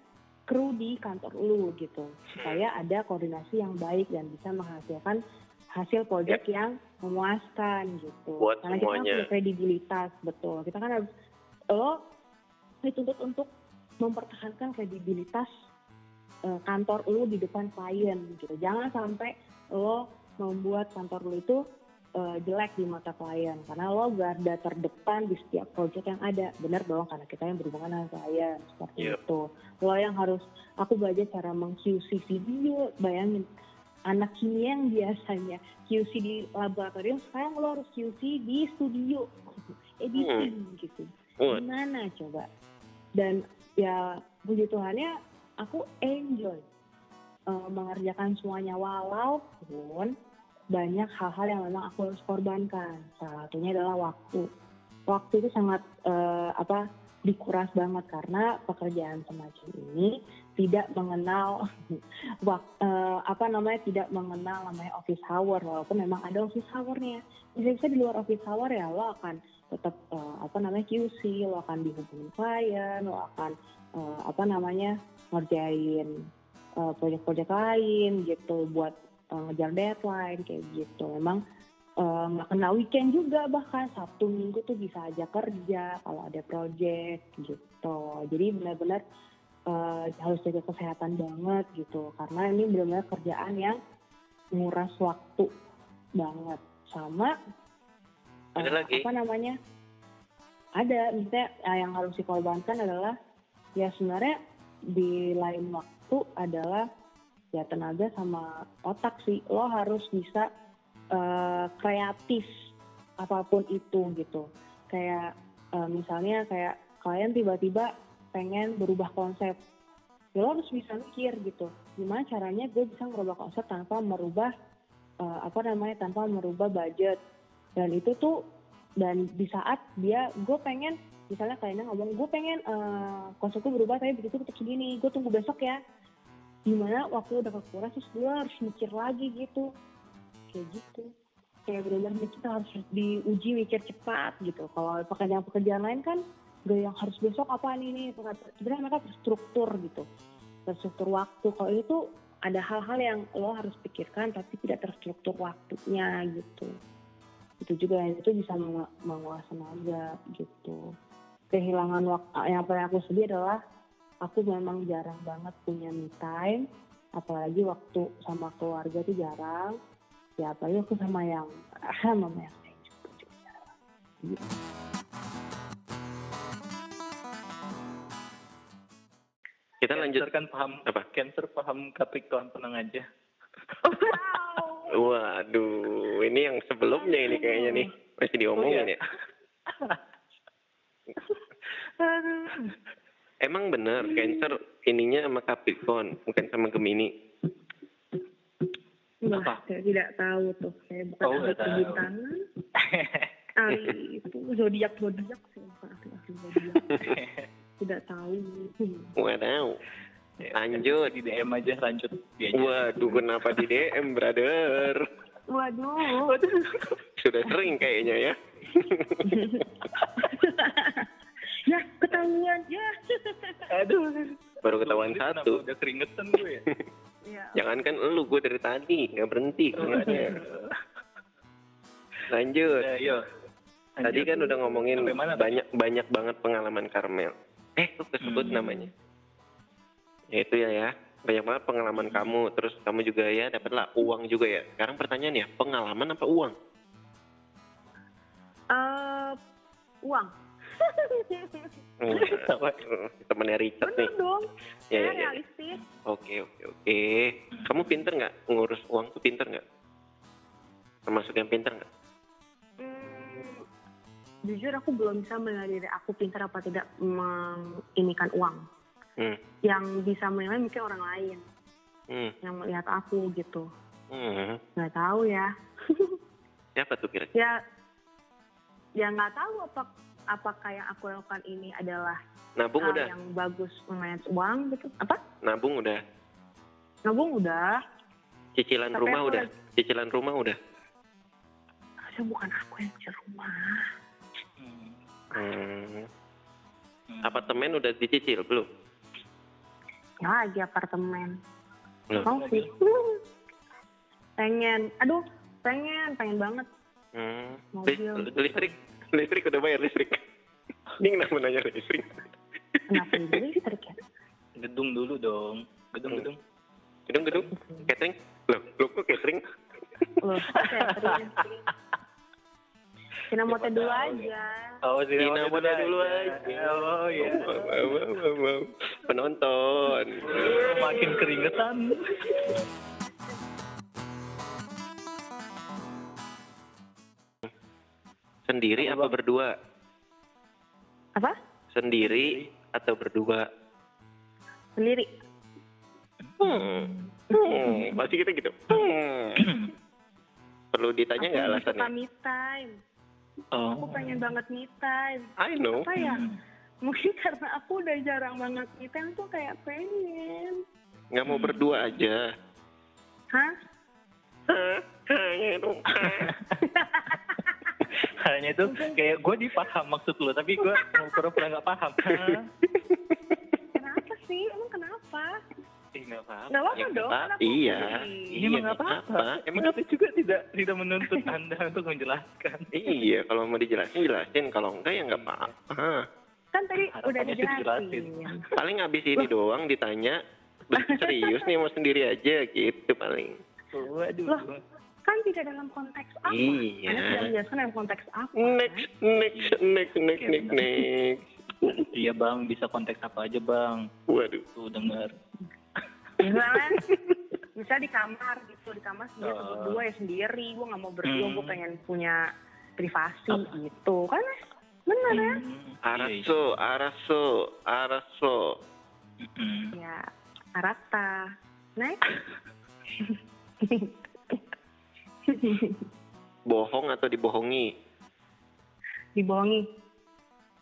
kru di kantor lu gitu supaya ada koordinasi yang baik dan bisa menghasilkan hasil proyek yang memuaskan gitu Buat karena kita semuanya. harus punya kredibilitas betul kita kan harus lo dituntut untuk mempertahankan kredibilitas eh, kantor lu di depan klien gitu jangan sampai lo membuat kantor lu itu eh, jelek di mata klien karena lo garda terdepan di setiap project yang ada benar dong karena kita yang berhubungan dengan klien seperti Yep. itu lo yang harus aku belajar cara meng QC video bayangin anak kimia yang biasanya QC di laboratorium sekarang lo harus QC di studio editing gitu Hmm. Wah, gimana coba dan ya puji Tuhannya aku enjoy eh, mengerjakan semuanya walaupun banyak hal-hal yang memang aku harus korbankan salah satunya adalah waktu waktu itu sangat eh, apa dikuras banget karena pekerjaan semacam ini tidak mengenal wak- eh, apa namanya tidak mengenal namanya office hour walaupun memang ada office hournya bisa-bisa di luar office hour ya lo akan tetap eh, apa namanya QC, lo akan dihubungin klien, lo akan eh, apa namanya ngerjain eh, proyek-proyek lain gitu buat eh, ngejar deadline kayak gitu. Memang eh, nggak kena weekend juga bahkan Sabtu Minggu tuh bisa aja kerja kalau ada project gitu. Jadi benar-benar eh, harus jaga kesehatan banget gitu karena ini benar-benar kerjaan yang nguras waktu banget sama Ada eh, lagi? apa namanya ada misalnya eh, yang harus dikorbankan adalah ya sebenarnya di lain waktu adalah ya tenaga sama otak sih lo harus bisa eh, kreatif apapun itu gitu kayak eh, misalnya kayak kalian tiba-tiba pengen berubah konsep ya lo harus bisa mikir gitu gimana caranya gue bisa merubah konsep tanpa merubah eh, apa namanya tanpa merubah budget dan itu tuh dan di saat dia gue pengen misalnya kliennya ngomong gue pengen eh, konsep gue berubah tapi begitu tetap segini gue tunggu besok ya gimana waktu udah kekuras terus gue harus mikir lagi gitu kayak gitu kayak benar-benar mikir harus diuji mikir cepat gitu kalau pekerjaan-pekerjaan lain kan gak yang harus besok apa ini sebenarnya mereka terstruktur gitu terstruktur waktu kalau itu tuh ada hal-hal yang lo harus pikirkan tapi tidak terstruktur waktunya gitu itu juga itu bisa mengu- menguas tenaga gitu kehilangan waktu Ah, yang paling aku sedih adalah aku memang jarang banget punya me time apalagi waktu sama keluarga tuh jarang ya apalagi aku sama yang sama yang gitu. lain juga jarang. Gitu. Kita lanjut. Cancer kan paham Apa? Cancer paham Capricorn tenang aja. Waduh, ini yang sebelumnya ini kayaknya nih masih diomongin Oh, iya. ya. Emang benar Cancer ininya sama Capricorn, bukan sama Gemini. Wah, Apa? saya tidak tahu tuh. Saya bukan Oh, ahli nggak tahu. kehutanan, ahli itu zodiak zodiak saya bukan ahli ahli zodiak. tidak tahu. Waduh. Ya, Lanjut. di DM aja lanjut Iya, dia aja. Waduh, kenapa di DM, brother? Waduh. Sudah sering kayaknya ya. ya ketahuan ya. Aduh. Baru ketahuan Lu kenapa satu. Udah keringetan gue ya. ya. Jangankan elu, gue dari tadi nggak berhenti. keringatnya. Lanjut. Ya, yuk. Tadi Lanjut. kan udah ngomongin Sampai mana tadi? banyak banyak banget pengalaman Karmel. Eh, kok kesebut Hmm. namanya? Ya itu ya ya. Banyak banget pengalaman Hmm. kamu, terus kamu juga ya dapatlah uang juga ya. Sekarang pertanyaannya, pengalaman apa uang? Eh, uang. Hmm. Apa? Temennya Richard Bener nih. dong. Ya, ya, saya ya. realistis. Oke, oke, oke. Kamu pinter nggak ngurus uang tuh pinter nggak? Termasuk yang pinter nggak? Hmm, jujur aku belum bisa menilai diri aku pintar apa tidak menginikan uang. Hmm. Yang bisa menilai mungkin orang lain Hmm. yang melihat aku gitu. hmm. Nggak tahu ya. Siapa tuh kira-kira? ya ya nggak tahu apa apakah yang aku lakukan ini adalah Nabung hal Ah, udah, iya. yang bagus memanage uang gitu apa nabung udah, nabung udah cicilan Tapi rumah aku udah, cicilan rumah udah. harusnya bukan aku yang di rumah Hmm. Hmm. Hmm. Apartemen udah dicicil belum? ya lagi apartemen Loh. mau sih pengen aduh pengen pengen banget Hmm. Lis- mobil Listrik, listrik udah bayar listrik. Ini kenapa nanya listrik? kenapa jadi listrik ya Gedung dulu dong. Hmm. Gedung-gedung. Gedung-gedung, catering, loh, lo kok catering? gitu? loh oke terus Kita ya? mau Siapa dulu tahu, aja Oh, Dina Muda dulu aja. Oh, iya. Wow, wow, wow, wow. Penonton. Makin keringetan. Sendiri apa berdua? Apa? Sendiri atau berdua? sendiri Hmm. Hmm. Masih kita gitu. Hmm. Perlu ditanya nggak aku ya. suka alasannya? me time Oh. aku pengen banget me time I know. apa ya Hmm. mungkin karena aku udah jarang banget ngitem tuh kayak pengen Nggak mau berdua aja. hah Hanya itu kayak gue dipaham maksud lu, tapi gue mau pura-pura nggak Iya, paham. Hah? kenapa sih emang kenapa Ih, nggak paham. nggak apa Ya, dong Pak, kan aku iya. sendiri. Ini emang Iya, apa? apa? Emang Emang kita juga tidak tidak menuntut anda untuk menjelaskan. Iya, kalau mau dijelasin jelasin, kalau enggak ya nggak apa-apa. kan tadi udah Harapannya sih dijelasin dijelasin. Paling abis ini doang ditanya "Bang, serius nih mau sendiri aja gitu paling. Waduh. Loh. kan tidak dalam konteks apa Iya. Anda tidak menjelaskan dalam konteks apa kan? Next, next, next, next, next, next. Iya bang, bisa konteks apa aja bang? Waduh. Tuh dengar. misalnya bisa di kamar gitu di kamar sendiri atau Oh. berdua ya sendiri gue nggak mau berdua Hmm. gue pengen punya privasi Apa? gitu kan bener ya Hmm, iya, iya. Araso, araso, araso. Hmm. ya Arata next Bohong atau dibohongi? dibohongi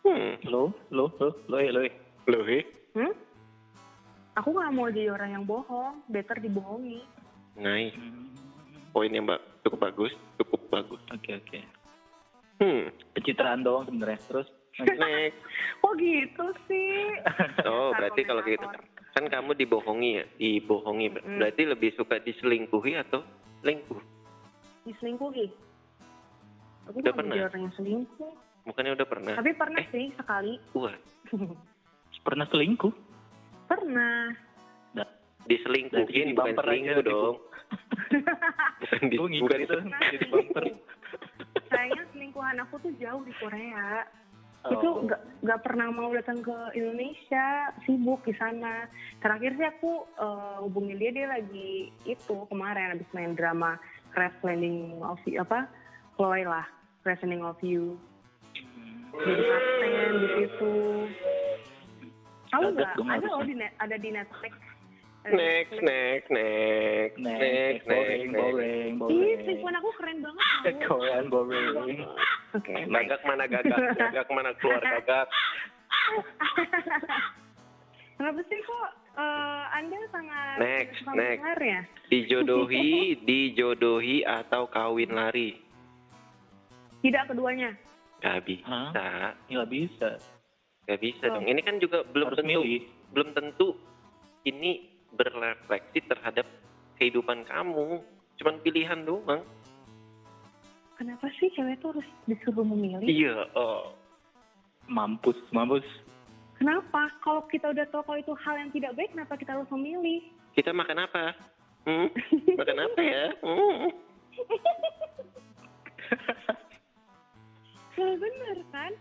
Hmm. Lo, lo, lo, lo, eh, lo, eh. Loh, eh. aku nggak mau jadi orang yang bohong better dibohongi Nice. Hmm. Poinnya mbak cukup bagus, cukup bagus. Oke oke. Hmm. Pencitraan doang sebenarnya. Terus Next. Kok gitu sih? Oh, berarti kalau gitu kan kamu dibohongi ya, dibohongi. Ber- Mm-mm. Berarti lebih suka diselingkuhi atau selingkuh? Diselingkuhi. Aku Udah nggak pernah? Eh. menjadi orang yang selingkuh. Bukannya udah pernah? Tapi pernah Eh. sih sekali. Wah, Pernah selingkuh? pernah. Berarti jadi diselingkuhin bukan bumper aja gitu. selingkuh nanti, Bu. dong. bukan di, Gue ngikut bukan itu jadi bumper. Sayangnya selingkuhan aku tuh jauh di Korea. Oh. Itu nggak nggak pernah mau datang ke Indonesia, sibuk di sana. Terakhir sih aku eh, hubungin dia dia lagi itu kemarin habis main drama Crash Landing of You apa Chloe lah Crash Landing of You jadi kapten di situ. Tahu Gagas nggak? dong Ada harusnya. loh di net, ada di Netflix. Ada di Next, Netflix. next, next, next, Next, boring, next, next. boring, Ih, boring. selingkuhan aku keren banget. tau. Korean boring. Oke, baik. Gagak mana gagak, gagak mana keluar gagak. Kenapa sih kok eh, Anda sangat Next, suka next. mendengar ya? Dijodohi, dijodohi atau kawin lari? Tidak keduanya. Gak bisa, Nggak bisa. gak bisa dong. Ini kan juga belum Harus tentu, milih. belum tentu ini berrefleksi terhadap kehidupan kamu. Cuman pilihan doang. Kenapa sih cewek tuh harus disuruh memilih? Iya, oh. Mampus, mampus. Kenapa? Kalau kita udah tahu kalau itu hal yang tidak baik, kenapa kita harus memilih? Kita makan apa? Hmm? Makan apa ya? Hmm. Nah, benar kan?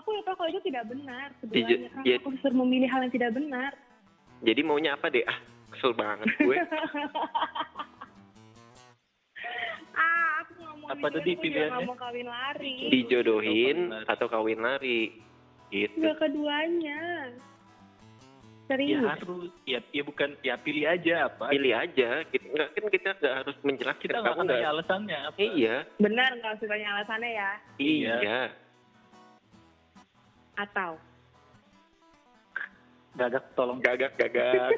Aku udah tahu kalau itu tidak benar. Iya, Sebenarnya kenapa iya. aku disuruh memilih hal yang tidak benar? Jadi maunya apa deh? Ah, kesel banget gue. ah, aku nggak mau Apa dijodohin, tadi aku juga pilihannya? nggak mau kawin lari. Iya. Dijodohin atau kawin lari? Gitu. Nggak keduanya. Ya Serius. harus. Ya, ya bukan. Ya pilih aja apa. Iya. Pilih aja. Kita, nggak kan kita nggak harus menjelaskan. Kita nggak kamu akan nggak- tanya alasannya apa. Iya, Benar nggak usah tanya alasannya ya? Iya. iya. Atau? Gagak tolong. Gagak, gagak.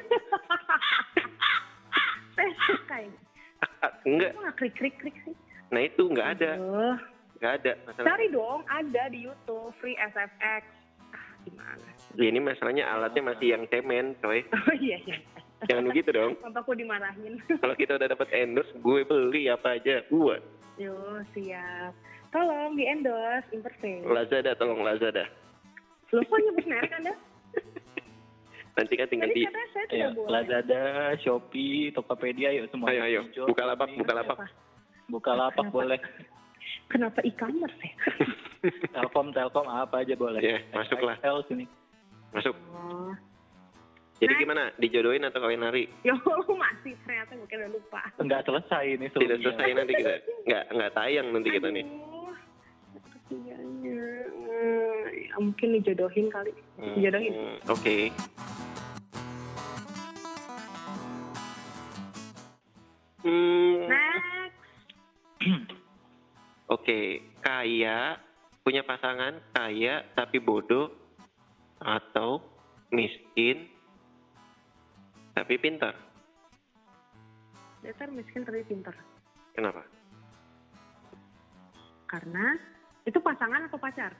Eh, kayaknya. Ah, enggak. Aku nggak krik-krik-krik sih. Nah itu nggak ada, Aduh. nggak ada. Masalah. Cari dong, ada di Youtube. Free SFX. Ah, gimana? Ya, ini masalahnya alatnya masih yang cemen, coy. Oh iya, iya. Jangan begitu dong. Sampai aku dimarahin. Kalau kita udah dapat endorse, gue beli apa aja. Gue. Yo, siap. Tolong di endorse Imperfect. Lazada, tolong Lazada. Loh kok nyebut merek Anda? Nanti kan tinggal Tadi di. katanya saya tidak Ya, boleh. Lazada, Shopee, Tokopedia, yuk semua. Ayo, ayo. Hijau, Buka lapak, kuning. buka lapak. Apa? Buka lapak Kenapa? boleh. Kenapa e-commerce ya? Telkom, Telkom apa aja boleh. Iya, masuklah. XXL sini. Masuk. Oh. Jadi Next. gimana? Dijodohin atau kawin lari? Ya Allah, masih ternyata mungkin udah lupa. Enggak selesai ini Tidak sebelumnya. selesai nanti kita. Nggak, nggak tayang nanti kita gitu nih. Aduh, kesiannya. Eh, ya mungkin dijodohin kali. Hmm, Dijodohin. hmm, Oke. Hmm, Next. Oke, kaya punya pasangan kaya tapi bodoh atau miskin tapi pintar. Dasar miskin tapi pintar. Kenapa? Karena itu pasangan atau pacar?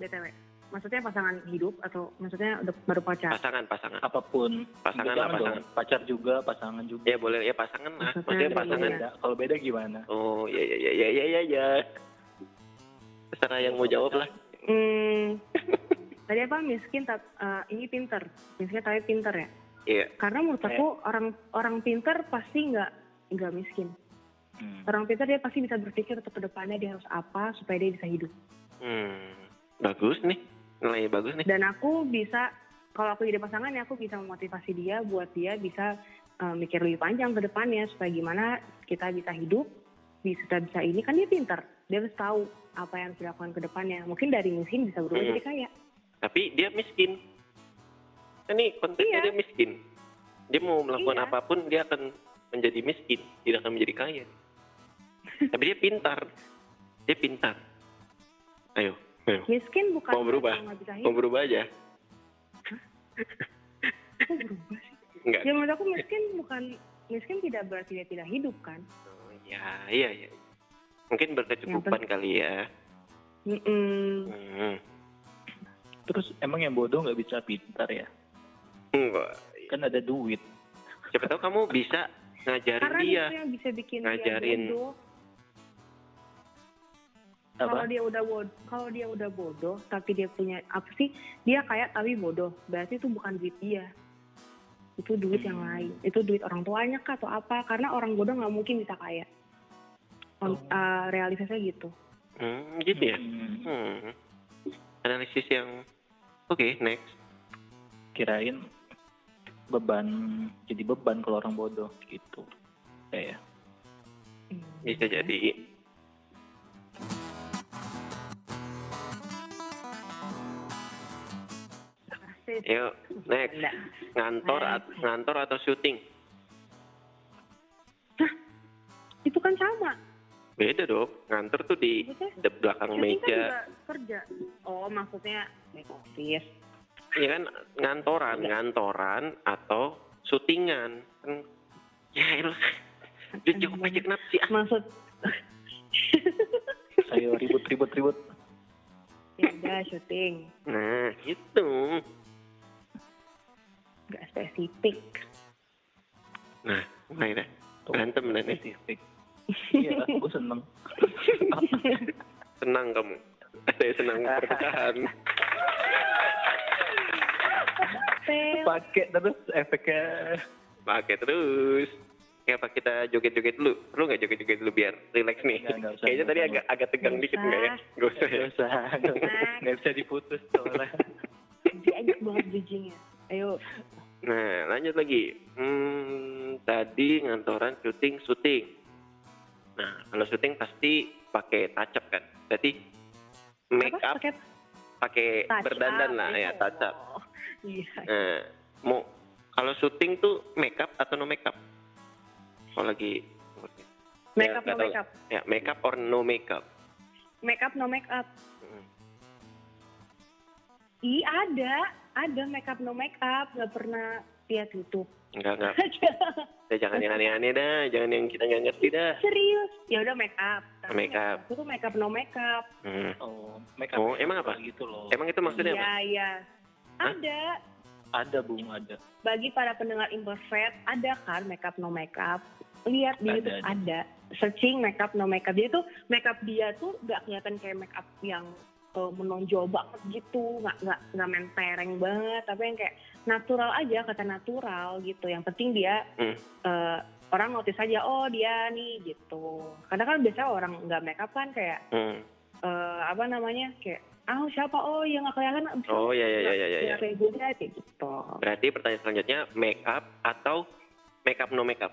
BTW. Maksudnya pasangan hidup atau maksudnya udah baru pacar? Pasangan, pasangan. Apapun. Pasangan Jangan lah, pasangan. dong, Pacar juga, pasangan juga. Ya boleh ya pasangan lah. Pasangan, Maksudnya iya. pasangan. Beda. Kalau beda gimana? Oh, ya ya ya ya ya ya ya. Terserah yang mau jawab lah. Hmm. Tadi apa miskin tapi ini pinter. Miskin tapi pinter ya. Iya. Karena menurut Kayak- aku orang orang pinter pasti nggak nggak miskin. Hmm. Orang pinter dia pasti bisa berpikir untuk kedepannya dia harus apa supaya dia bisa hidup. Hmm, bagus nih. Nilainya bagus nih. Dan aku bisa kalau aku jadi pasangan ya aku bisa memotivasi dia buat dia bisa eh, mikir lebih panjang ke depannya supaya gimana kita bisa hidup, bisa kita bisa ini kan dia pinter. Dia harus tahu apa yang harus dilakukan ke depannya. Mungkin dari miskin bisa berubah Hmm. jadi kaya. Tapi dia miskin. Ini konteksnya Iya. dia miskin. Dia mau melakukan Iya. apapun dia akan menjadi miskin, tidak akan menjadi kaya. Tapi dia pintar. Dia pintar. Ayo, ayo. Miskin bukan Mau berubah? orang nggak bisa hidup. Mau berubah aja? Kok berubah sih? Enggak. Ya menurut aku miskin bukan miskin tidak berarti dia tidak hidup kan. Oh, Ya, iya, iya. Mungkin berkecukupan kali ya. Mm-mm. Hmm. Terus emang yang bodoh nggak bisa pintar ya? Enggak. Kan ada duit. Siapa tahu kamu bisa ngajarin Karena dia. itu yang bisa bikin ngajarin. dia bodoh. Kalau Apa? dia udah bodoh, kalau dia udah bodoh, tapi dia punya apa sih? Dia kayak tapi bodoh. Berarti itu bukan duit dia. Itu duit yang Hmm. lain. Itu duit orang tuanya kah atau apa? Karena orang bodoh nggak mungkin bisa kaya. On- Oh. eh, realisasinya gitu. Hmm, gitu ya. Hmm, Hmm. Analisis yang oke next. kirain beban jadi beban kalau orang bodoh gitu. Kayak Hmm. Bisa jadi. Asik. Yuk next Enggak. Ya, ngantor Nah. at- ngantor atau syuting Itu kan sama. beda dong ngantor tuh di Maksudnya, de- belakang syuting kan meja juga kerja. Oh, maksudnya back office. Iya kan ngantoran, ngantoran atau syutingan. Kan, Ya elah, udah Kan cukup aja kenapa sih? ah? Maksud saya ribut-ribut-ribut. ya udah syuting. Nah gitu. Nggak spesifik. Nah, Mulai dah. Tuh, Berantem dah nih. spesifik. Iya, gue seneng. Senang kamu. Saya senang perkataan. Pel. Pakai terus efeknya Pakai terus. Ya apa kita joget-joget dulu? Perlu nggak joget-joget dulu biar relax nih? Nggak, nggak usah, Kayaknya nggak tadi usah. agak agak tegang Nggak dikit usah. nggak ya? Gak usah ya? nggak usah, nggak- nggak bisa diputus soalnya. diajak banget jijingnya. Ayo, Nah lanjut lagi. Hmm, tadi ngantoran syuting syuting. Nah kalau syuting pasti pakai touch up kan? Berarti make apa? up Pakai pakai touch up berdandan lah ya gitu. touch up. Iya. Nah, mau kalau syuting tuh make up atau no make up? Kalau lagi Make up no nggak tahu. make up. ya make up or no make up. Make up no make up. Hmm. Ih, ada. Ada make up no make up. Gak pernah lihat YouTube. Enggak enggak. Udah, jangan yang aneh-aneh dah, jangan yang kita nggak ngerti dah. Serius. Ya udah make up. Make up. Itu make up no make up. Hmm. Oh, make up Oh, emang apa? gitu loh. Emang itu maksudnya apa? Iya, iya. Hah? Ada. ada bung ada. Bagi para pendengar imperfect, ada kan make up no make up. Lihat di Ada, YouTube ada. ada. Searching make up no make up. Jadi tuh make up dia tuh gak kelihatan kayak make up yang eh, menonjol banget gitu, nggak nggak nggak main pereng banget, tapi yang kayak natural aja kata natural gitu. Yang penting dia Hmm. eh, orang notice aja, oh dia nih gitu. Karena kan biasa orang nggak make up kan kayak Hmm. eh, apa namanya kayak ah siapa oh yang nggak kelihatan abis Oh ya ya ya ya ya. ya. kayak gue aja kayak gitu. Berarti pertanyaan selanjutnya make up atau make up no make up?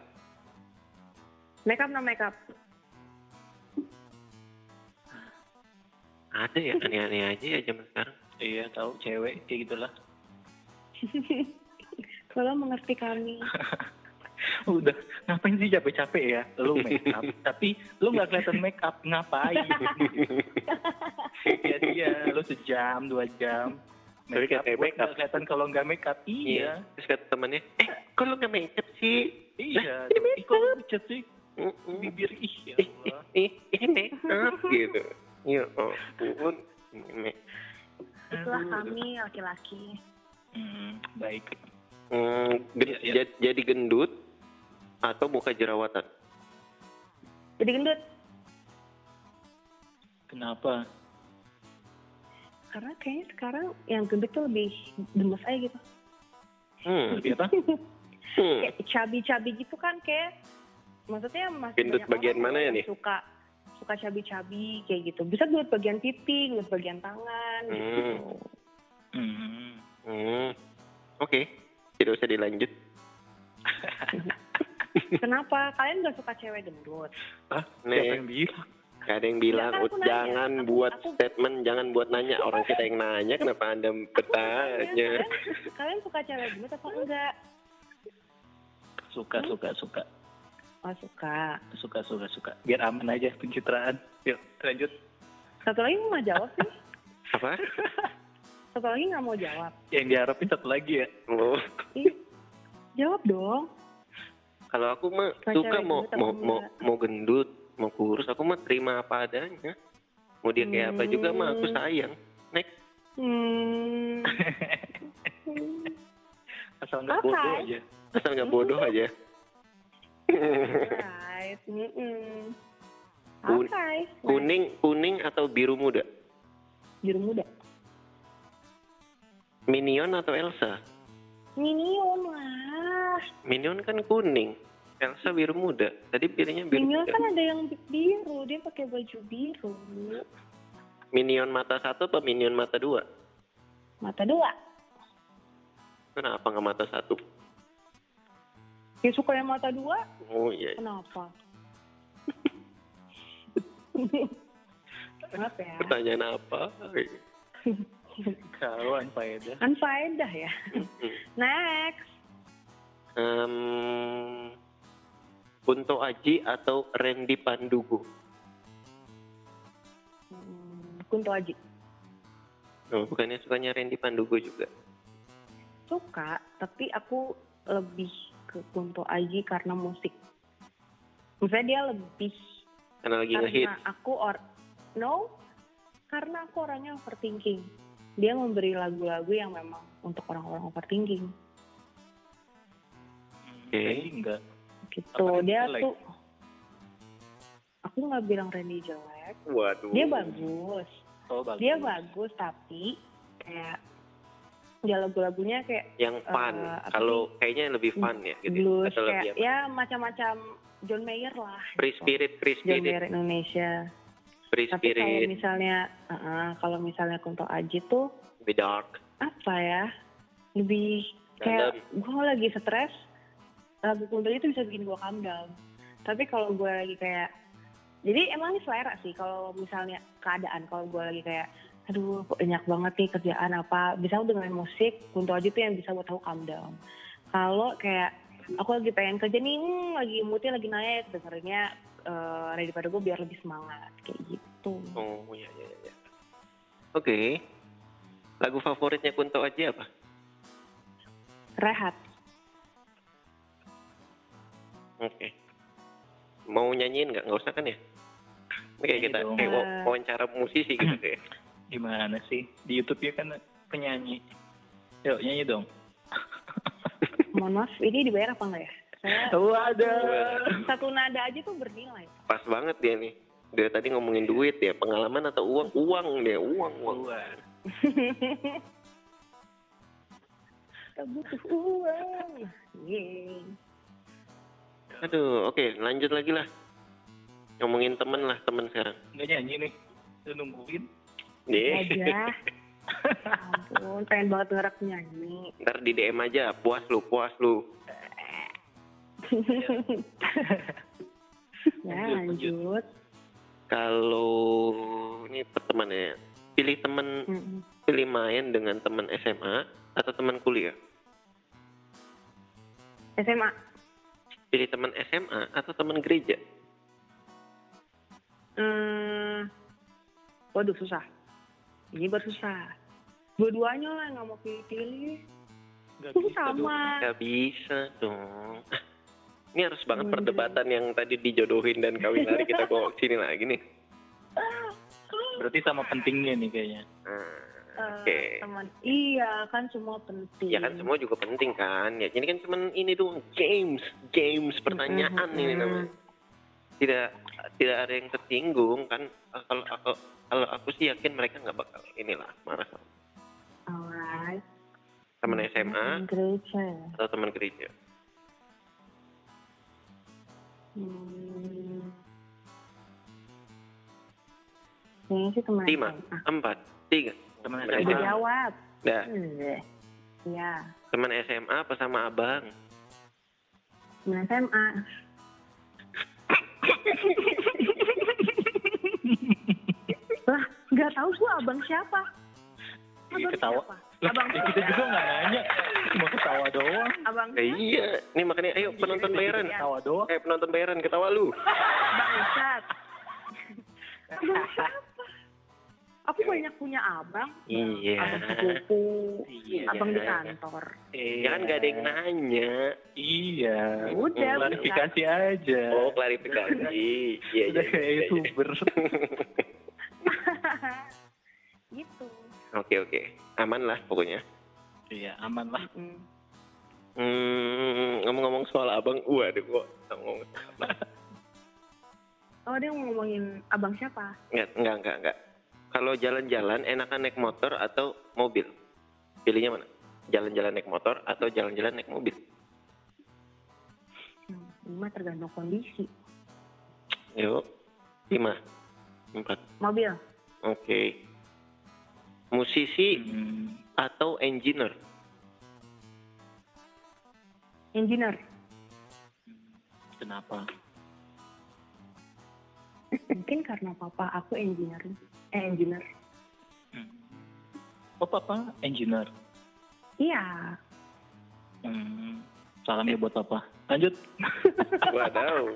Make up no make up. Ada ya aneh-aneh aja ya zaman sekarang. Iya tahu cewek kayak gitulah. Kalau mengerti kami. Udah ngapain sih capek-capek ya? Lu make up, tapi lu nggak kelihatan make up ngapain? ya dia, lu sejam dua jam. Tapi Make up, kayak buat make up. nggak kelihatan kalau nggak make up. Iya, Terus kata temannya, eh kok lu nggak make up sih? Nah, iya. Tapi kok pucat sih Mm-mm. bibir ih ya ih, Allah. ih, ih, make up gitu. Ya ampun. Me- Itulah Aduh. kami laki-laki. Hmm, baik. Hmm, gen- Iya, iya. jad- Jadi gendut atau muka jerawatan? Jadi gendut. Kenapa? Karena kayaknya sekarang yang gendut tuh lebih gemes aja gitu. Hmm. Lebih apa? hmm. Kayak cabi-cabi gitu kan kayak. Maksudnya masih Gendut banyak bagian orang gitu mana ya yang nih? Suka suka cabi-cabi kayak gitu. Bisa gendut bagian pipi, gendut bagian tangan gitu. Hmm. Hmm. Oke. Tidak usah dilanjut. Kenapa? Kalian gak suka cewek gendut? Ah, siapa Nih, yang bilang? gak ada yang bilang, Ya, kan aku "Ut- nanya. jangan Aku- buat aku- statement, jangan buat nanya. Orang kita yang nanya, kenapa Anda Aku Ah, bertanya, bertanya? Kalian, kalian suka cewek gendut apa enggak? Suka, suka, suka. Oh suka. suka suka suka biar aman aja pencitraan yuk lanjut Satu lagi mau jawab sih. Apa? Satu lagi nggak mau jawab. yang diharapin satu lagi ya Oh, Jawab dong. kalau aku mah Suka suka cewek mau gendut apa mau mau enggak? mau gendut, mau kurus, aku mah terima apa adanya. Mau dia kayak apa juga mah aku Hmm. sayang. Next. Hmm, Asal nggak bodoh Apa? aja. Asal nggak bodoh aja. Right. Mm-mm. Un- Oke. kuning, kuning atau biru muda? Biru muda. Minion atau Elsa? Minion lah. Minion kan kuning, Elsa biru muda. Tadi pilihnya biru Minion muda. kan ada yang biru, dia pakai baju biru. Minion mata satu apa minion mata dua? Mata dua. Kenapa nggak mata satu? Dia suka yang mata dua, Oh iya. kenapa? Kenapa ya? Pertanyaan apa? Kawan faedah. Kan faedah ya. Hmm. Next. Um, Kunto Aji atau Randy Pandugo? Hmm, Kunto Aji. Oh, bukannya sukanya Randy Pandugo juga? Suka, tapi aku lebih ke Kunto Aji karena musik. Misalnya dia lebih Karena lagi ngehit. karena aku or no karena aku orangnya overthinking dia memberi lagu-lagu yang memang untuk orang-orang overthinking Oke. Oke. enggak. gitu Apa Randy dia jelek? tuh aku nggak bilang Randy jelek Waduh. dia bagus Oh, bagus. dia bagus tapi kayak dia lagu-lagunya kayak Yang fun. Eh, apa Kalau kayaknya lebih fun ya gitu. ya. blues Atau lebih kayak apa? ya macam-macam John Mayer lah Free gitu. spirit, free John spirit, Mayer Indonesia free tapi kalau spirit, misalnya uh-uh, kalau misalnya Kunto Aji tuh lebih dark. apa ya lebih kayak gue lagi stres lagu Kunto itu bisa bikin gue calm down tapi kalau gue lagi kayak jadi emang ini selera sih kalau misalnya keadaan kalau gue lagi kayak aduh banyak banget nih kerjaan apa bisa aku dengerin musik Kunto aja tuh yang bisa buat aku calm down kalau kayak aku lagi pengen kerja nih hmm, lagi moodnya lagi naik dengerinnya eh daripada gue biar lebih semangat kayak gitu Oh iya iya iya. iya. Oke. Lagu favoritnya Kunto Aji apa? rehat Oke. Mau nyanyiin nggak? Nggak usah kan ya? Ini kayak Nyanyi kita dong. kayak Eh. wa- wawancara musisi gitu ya. Gimana sih? Di YouTube ya kan penyanyi. Yuk, nyanyi dong. mohon maaf ini dibayar apa enggak ya saya Waduh. satu nada aja tuh bernilai Pas banget dia nih. Dia tadi ngomongin duit ya, pengalaman atau uang? Uang dia, uang, uang. Keluar. kita butuh uang Yeay. Aduh, oke, lanjut lagi lah. Ngomongin temen lah, temen sekarang. Nggak nyanyi nih. Lu nungguin. Nih, Gitu aja ampun pengen banget ngerak nyanyi ntar di DM aja, puas lu, puas lu. ya Iya. Lanjut, lanjut Kalau ini pertemanannya, pilih temen, Mm-mm. pilih main dengan temen SMA atau temen kuliah? SMA Pilih temen SMA atau temen gereja? hmm. waduh susah ini baru susah dua-duanya lah nggak mau pilih-pilih Nggak Itu bisa dong. sama Gak bisa dong. Ah, Ini harus banget Hmm. perdebatan yang tadi dijodohin dan kawin lari kita bawa ke sini lagi nih. Ah, Berarti sama pentingnya nih kayaknya. Ah, Oke. Eh, teman iya kan semua penting Ya kan semua juga penting kan. Ya ini kan cuman ini doang James, James pertanyaan Mm-mm. ini namanya. Tidak tidak ada yang tertinggung kan kalau aku kalau aku sih yakin mereka nggak bakal inilah marah sama alright teman SMA Teman gereja ya. atau teman gereja. Hmm. Kayaknya sih teman Lima. SMA. Empat, tiga. Teman Teman Udah SMA. SMA. jawab. Nah, Hmm. Iya, teman SMA apa sama abang? teman SMA. Lah, nggak tahu gua abang siapa. Iya, ketawa. siapa? Lah, Abang ya kita juga nggak nanya. Cuma ketawa doang. Abang Eh, iya, nih makanya ayo penonton bayaran. Ketawa doang. Eh penonton bayaran ketawa lu. bangsat. abang siapa? Aku banyak punya abang. Iya. Abang sepupu. Iya. Abang di Iya. kantor. Iya. Ya kan gak ada yang nanya. Iya. Udah, bisa. Klarifikasi aja. Oh klarifikasi. Iya iya. Udah iya, kayak iya. youtuber. gitu. Oke oke oke aman lah pokoknya Iya, aman lah. Mm-mm. hmm, ngomong-ngomong soal abang waduh kok ngomong Oh dia mau ngomongin abang siapa? Enggak, enggak, enggak, enggak. Kalau jalan-jalan enakan naik motor atau mobil? Pilihnya mana? Jalan-jalan naik motor atau jalan-jalan naik mobil? Hmm, ini mah tergantung kondisi. Yuk. Lima. Empat. Mobil. Oke. Musisi Hmm, atau engineer? Engineer. kenapa? Mungkin karena papa aku engineer. Eh, engineer. Hmm. Oh papa, engineer. Iya. Hmm, salam ya buat papa. Lanjut. Waduh.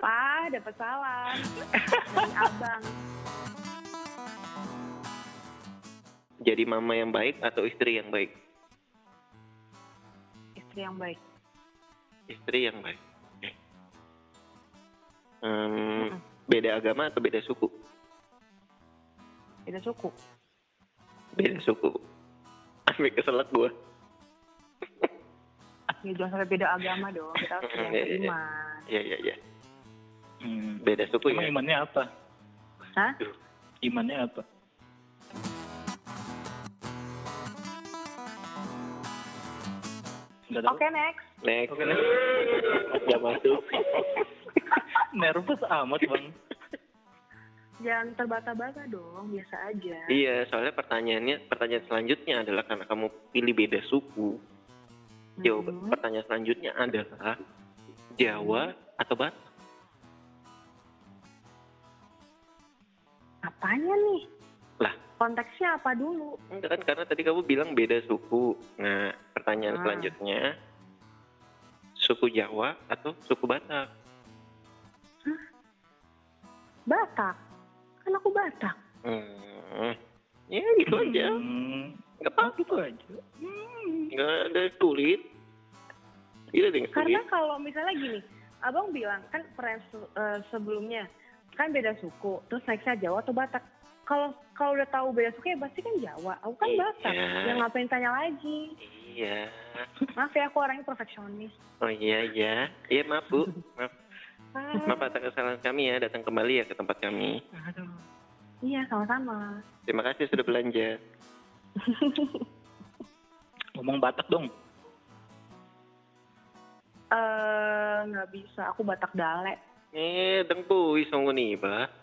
Pa, dapat salam. Dari abang. Jadi mama yang baik atau istri yang baik? Istri yang baik. Istri yang baik. Oke. Hmm, beda agama atau beda suku? Beda suku. Beda suku. Ambil keselak gua. Ya jangan sampai beda agama dong. Kita harus Mm-mm, yang iya, iya. beriman. Iya, iya, iya. Hmm. Beda suku Emang ya. imannya apa? Hah? Imannya apa? Nggak tahu. Oke, next. Next. Oke, next. Gak masuk. Nervous amat bang. Jangan terbata-bata dong. Biasa aja. Iya, soalnya pertanyaannya, pertanyaan selanjutnya adalah karena kamu pilih beda suku. Jawab, Hmm. pertanyaan selanjutnya adalah Jawa atau Batak? Apanya nih? Lah. Konteksnya apa dulu? Enggak kan karena tadi kamu bilang beda suku. Nah, pertanyaan Ah. selanjutnya suku Jawa atau suku Batak? Batak. Kan aku Batak. Iya. Hmm. Ya gitu aja. Hmm. Enggak apa gitu aja. enggak ada sulit. Gitu Tidak ada yang Karena sulit. kalau misalnya gini, abang bilang kan friends eh, sebelumnya kan beda suku, terus nextnya Jawa atau Batak. Kalau kalau udah tahu beda suku ya pasti kan Jawa. Aku kan Iya. Batak. Ya ngapain tanya lagi? Iya. Maaf ya aku orangnya perfeksionis. Oh iya iya. Iya maaf bu. Maaf, Ah, maaf atas kesalahan kami ya. Datang kembali ya ke tempat kami. aduh. Iya sama-sama. Terima kasih sudah belanja. Ngomong Batak dong. Eh nggak bisa, aku Batak Dale. Eh, dengku isongu nih, Pak.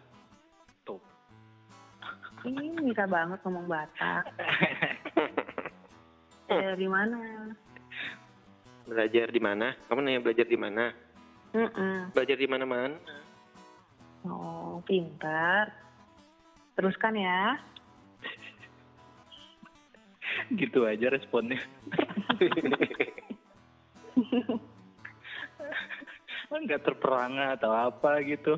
Ih, bisa banget ngomong Batak. Dari mana? Belajar di mana? Kamu nanya belajar di mana? Mm-mm. Belajar di mana, Man? Oh, pintar. Teruskan ya. gitu aja responnya. Enggak Ah, terperangah atau apa gitu.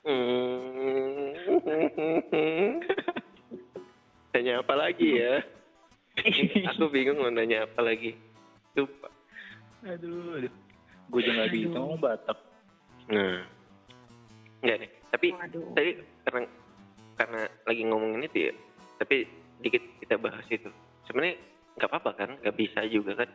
Hmm. Tanya apa lagi ya? Aku bingung mau nanya apa lagi. Lupa. aduh, aduh. Gue juga nggak bisa Aduh. ngomong Batak. Nah. Enggak deh. Tapi Waduh. tadi karena karena lagi ngomongin itu ya. Tapi dikit kita bahas itu. Sebenarnya nggak apa-apa kan? Nggak bisa juga kan?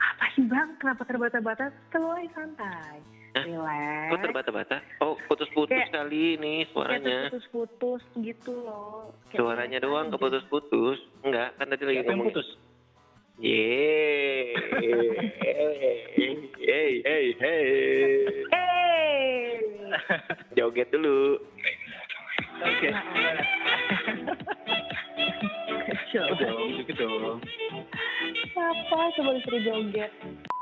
apa sih bang kenapa terbata-bata terlalu santai Hah? relax Kok terbata-bata? Oh, putus-putus Kayak- kali ya nih terus suaranya. putus-putus gitu loh Kayak Suaranya relax doang aja. keputus-putus. Enggak, kan tadi lagi Siapa yang ngomong. putus? Yeay. Hey, hey, hey. hey Joget dulu. Oke. Coba. Dong, gitu dong. siapa coba disuruh joget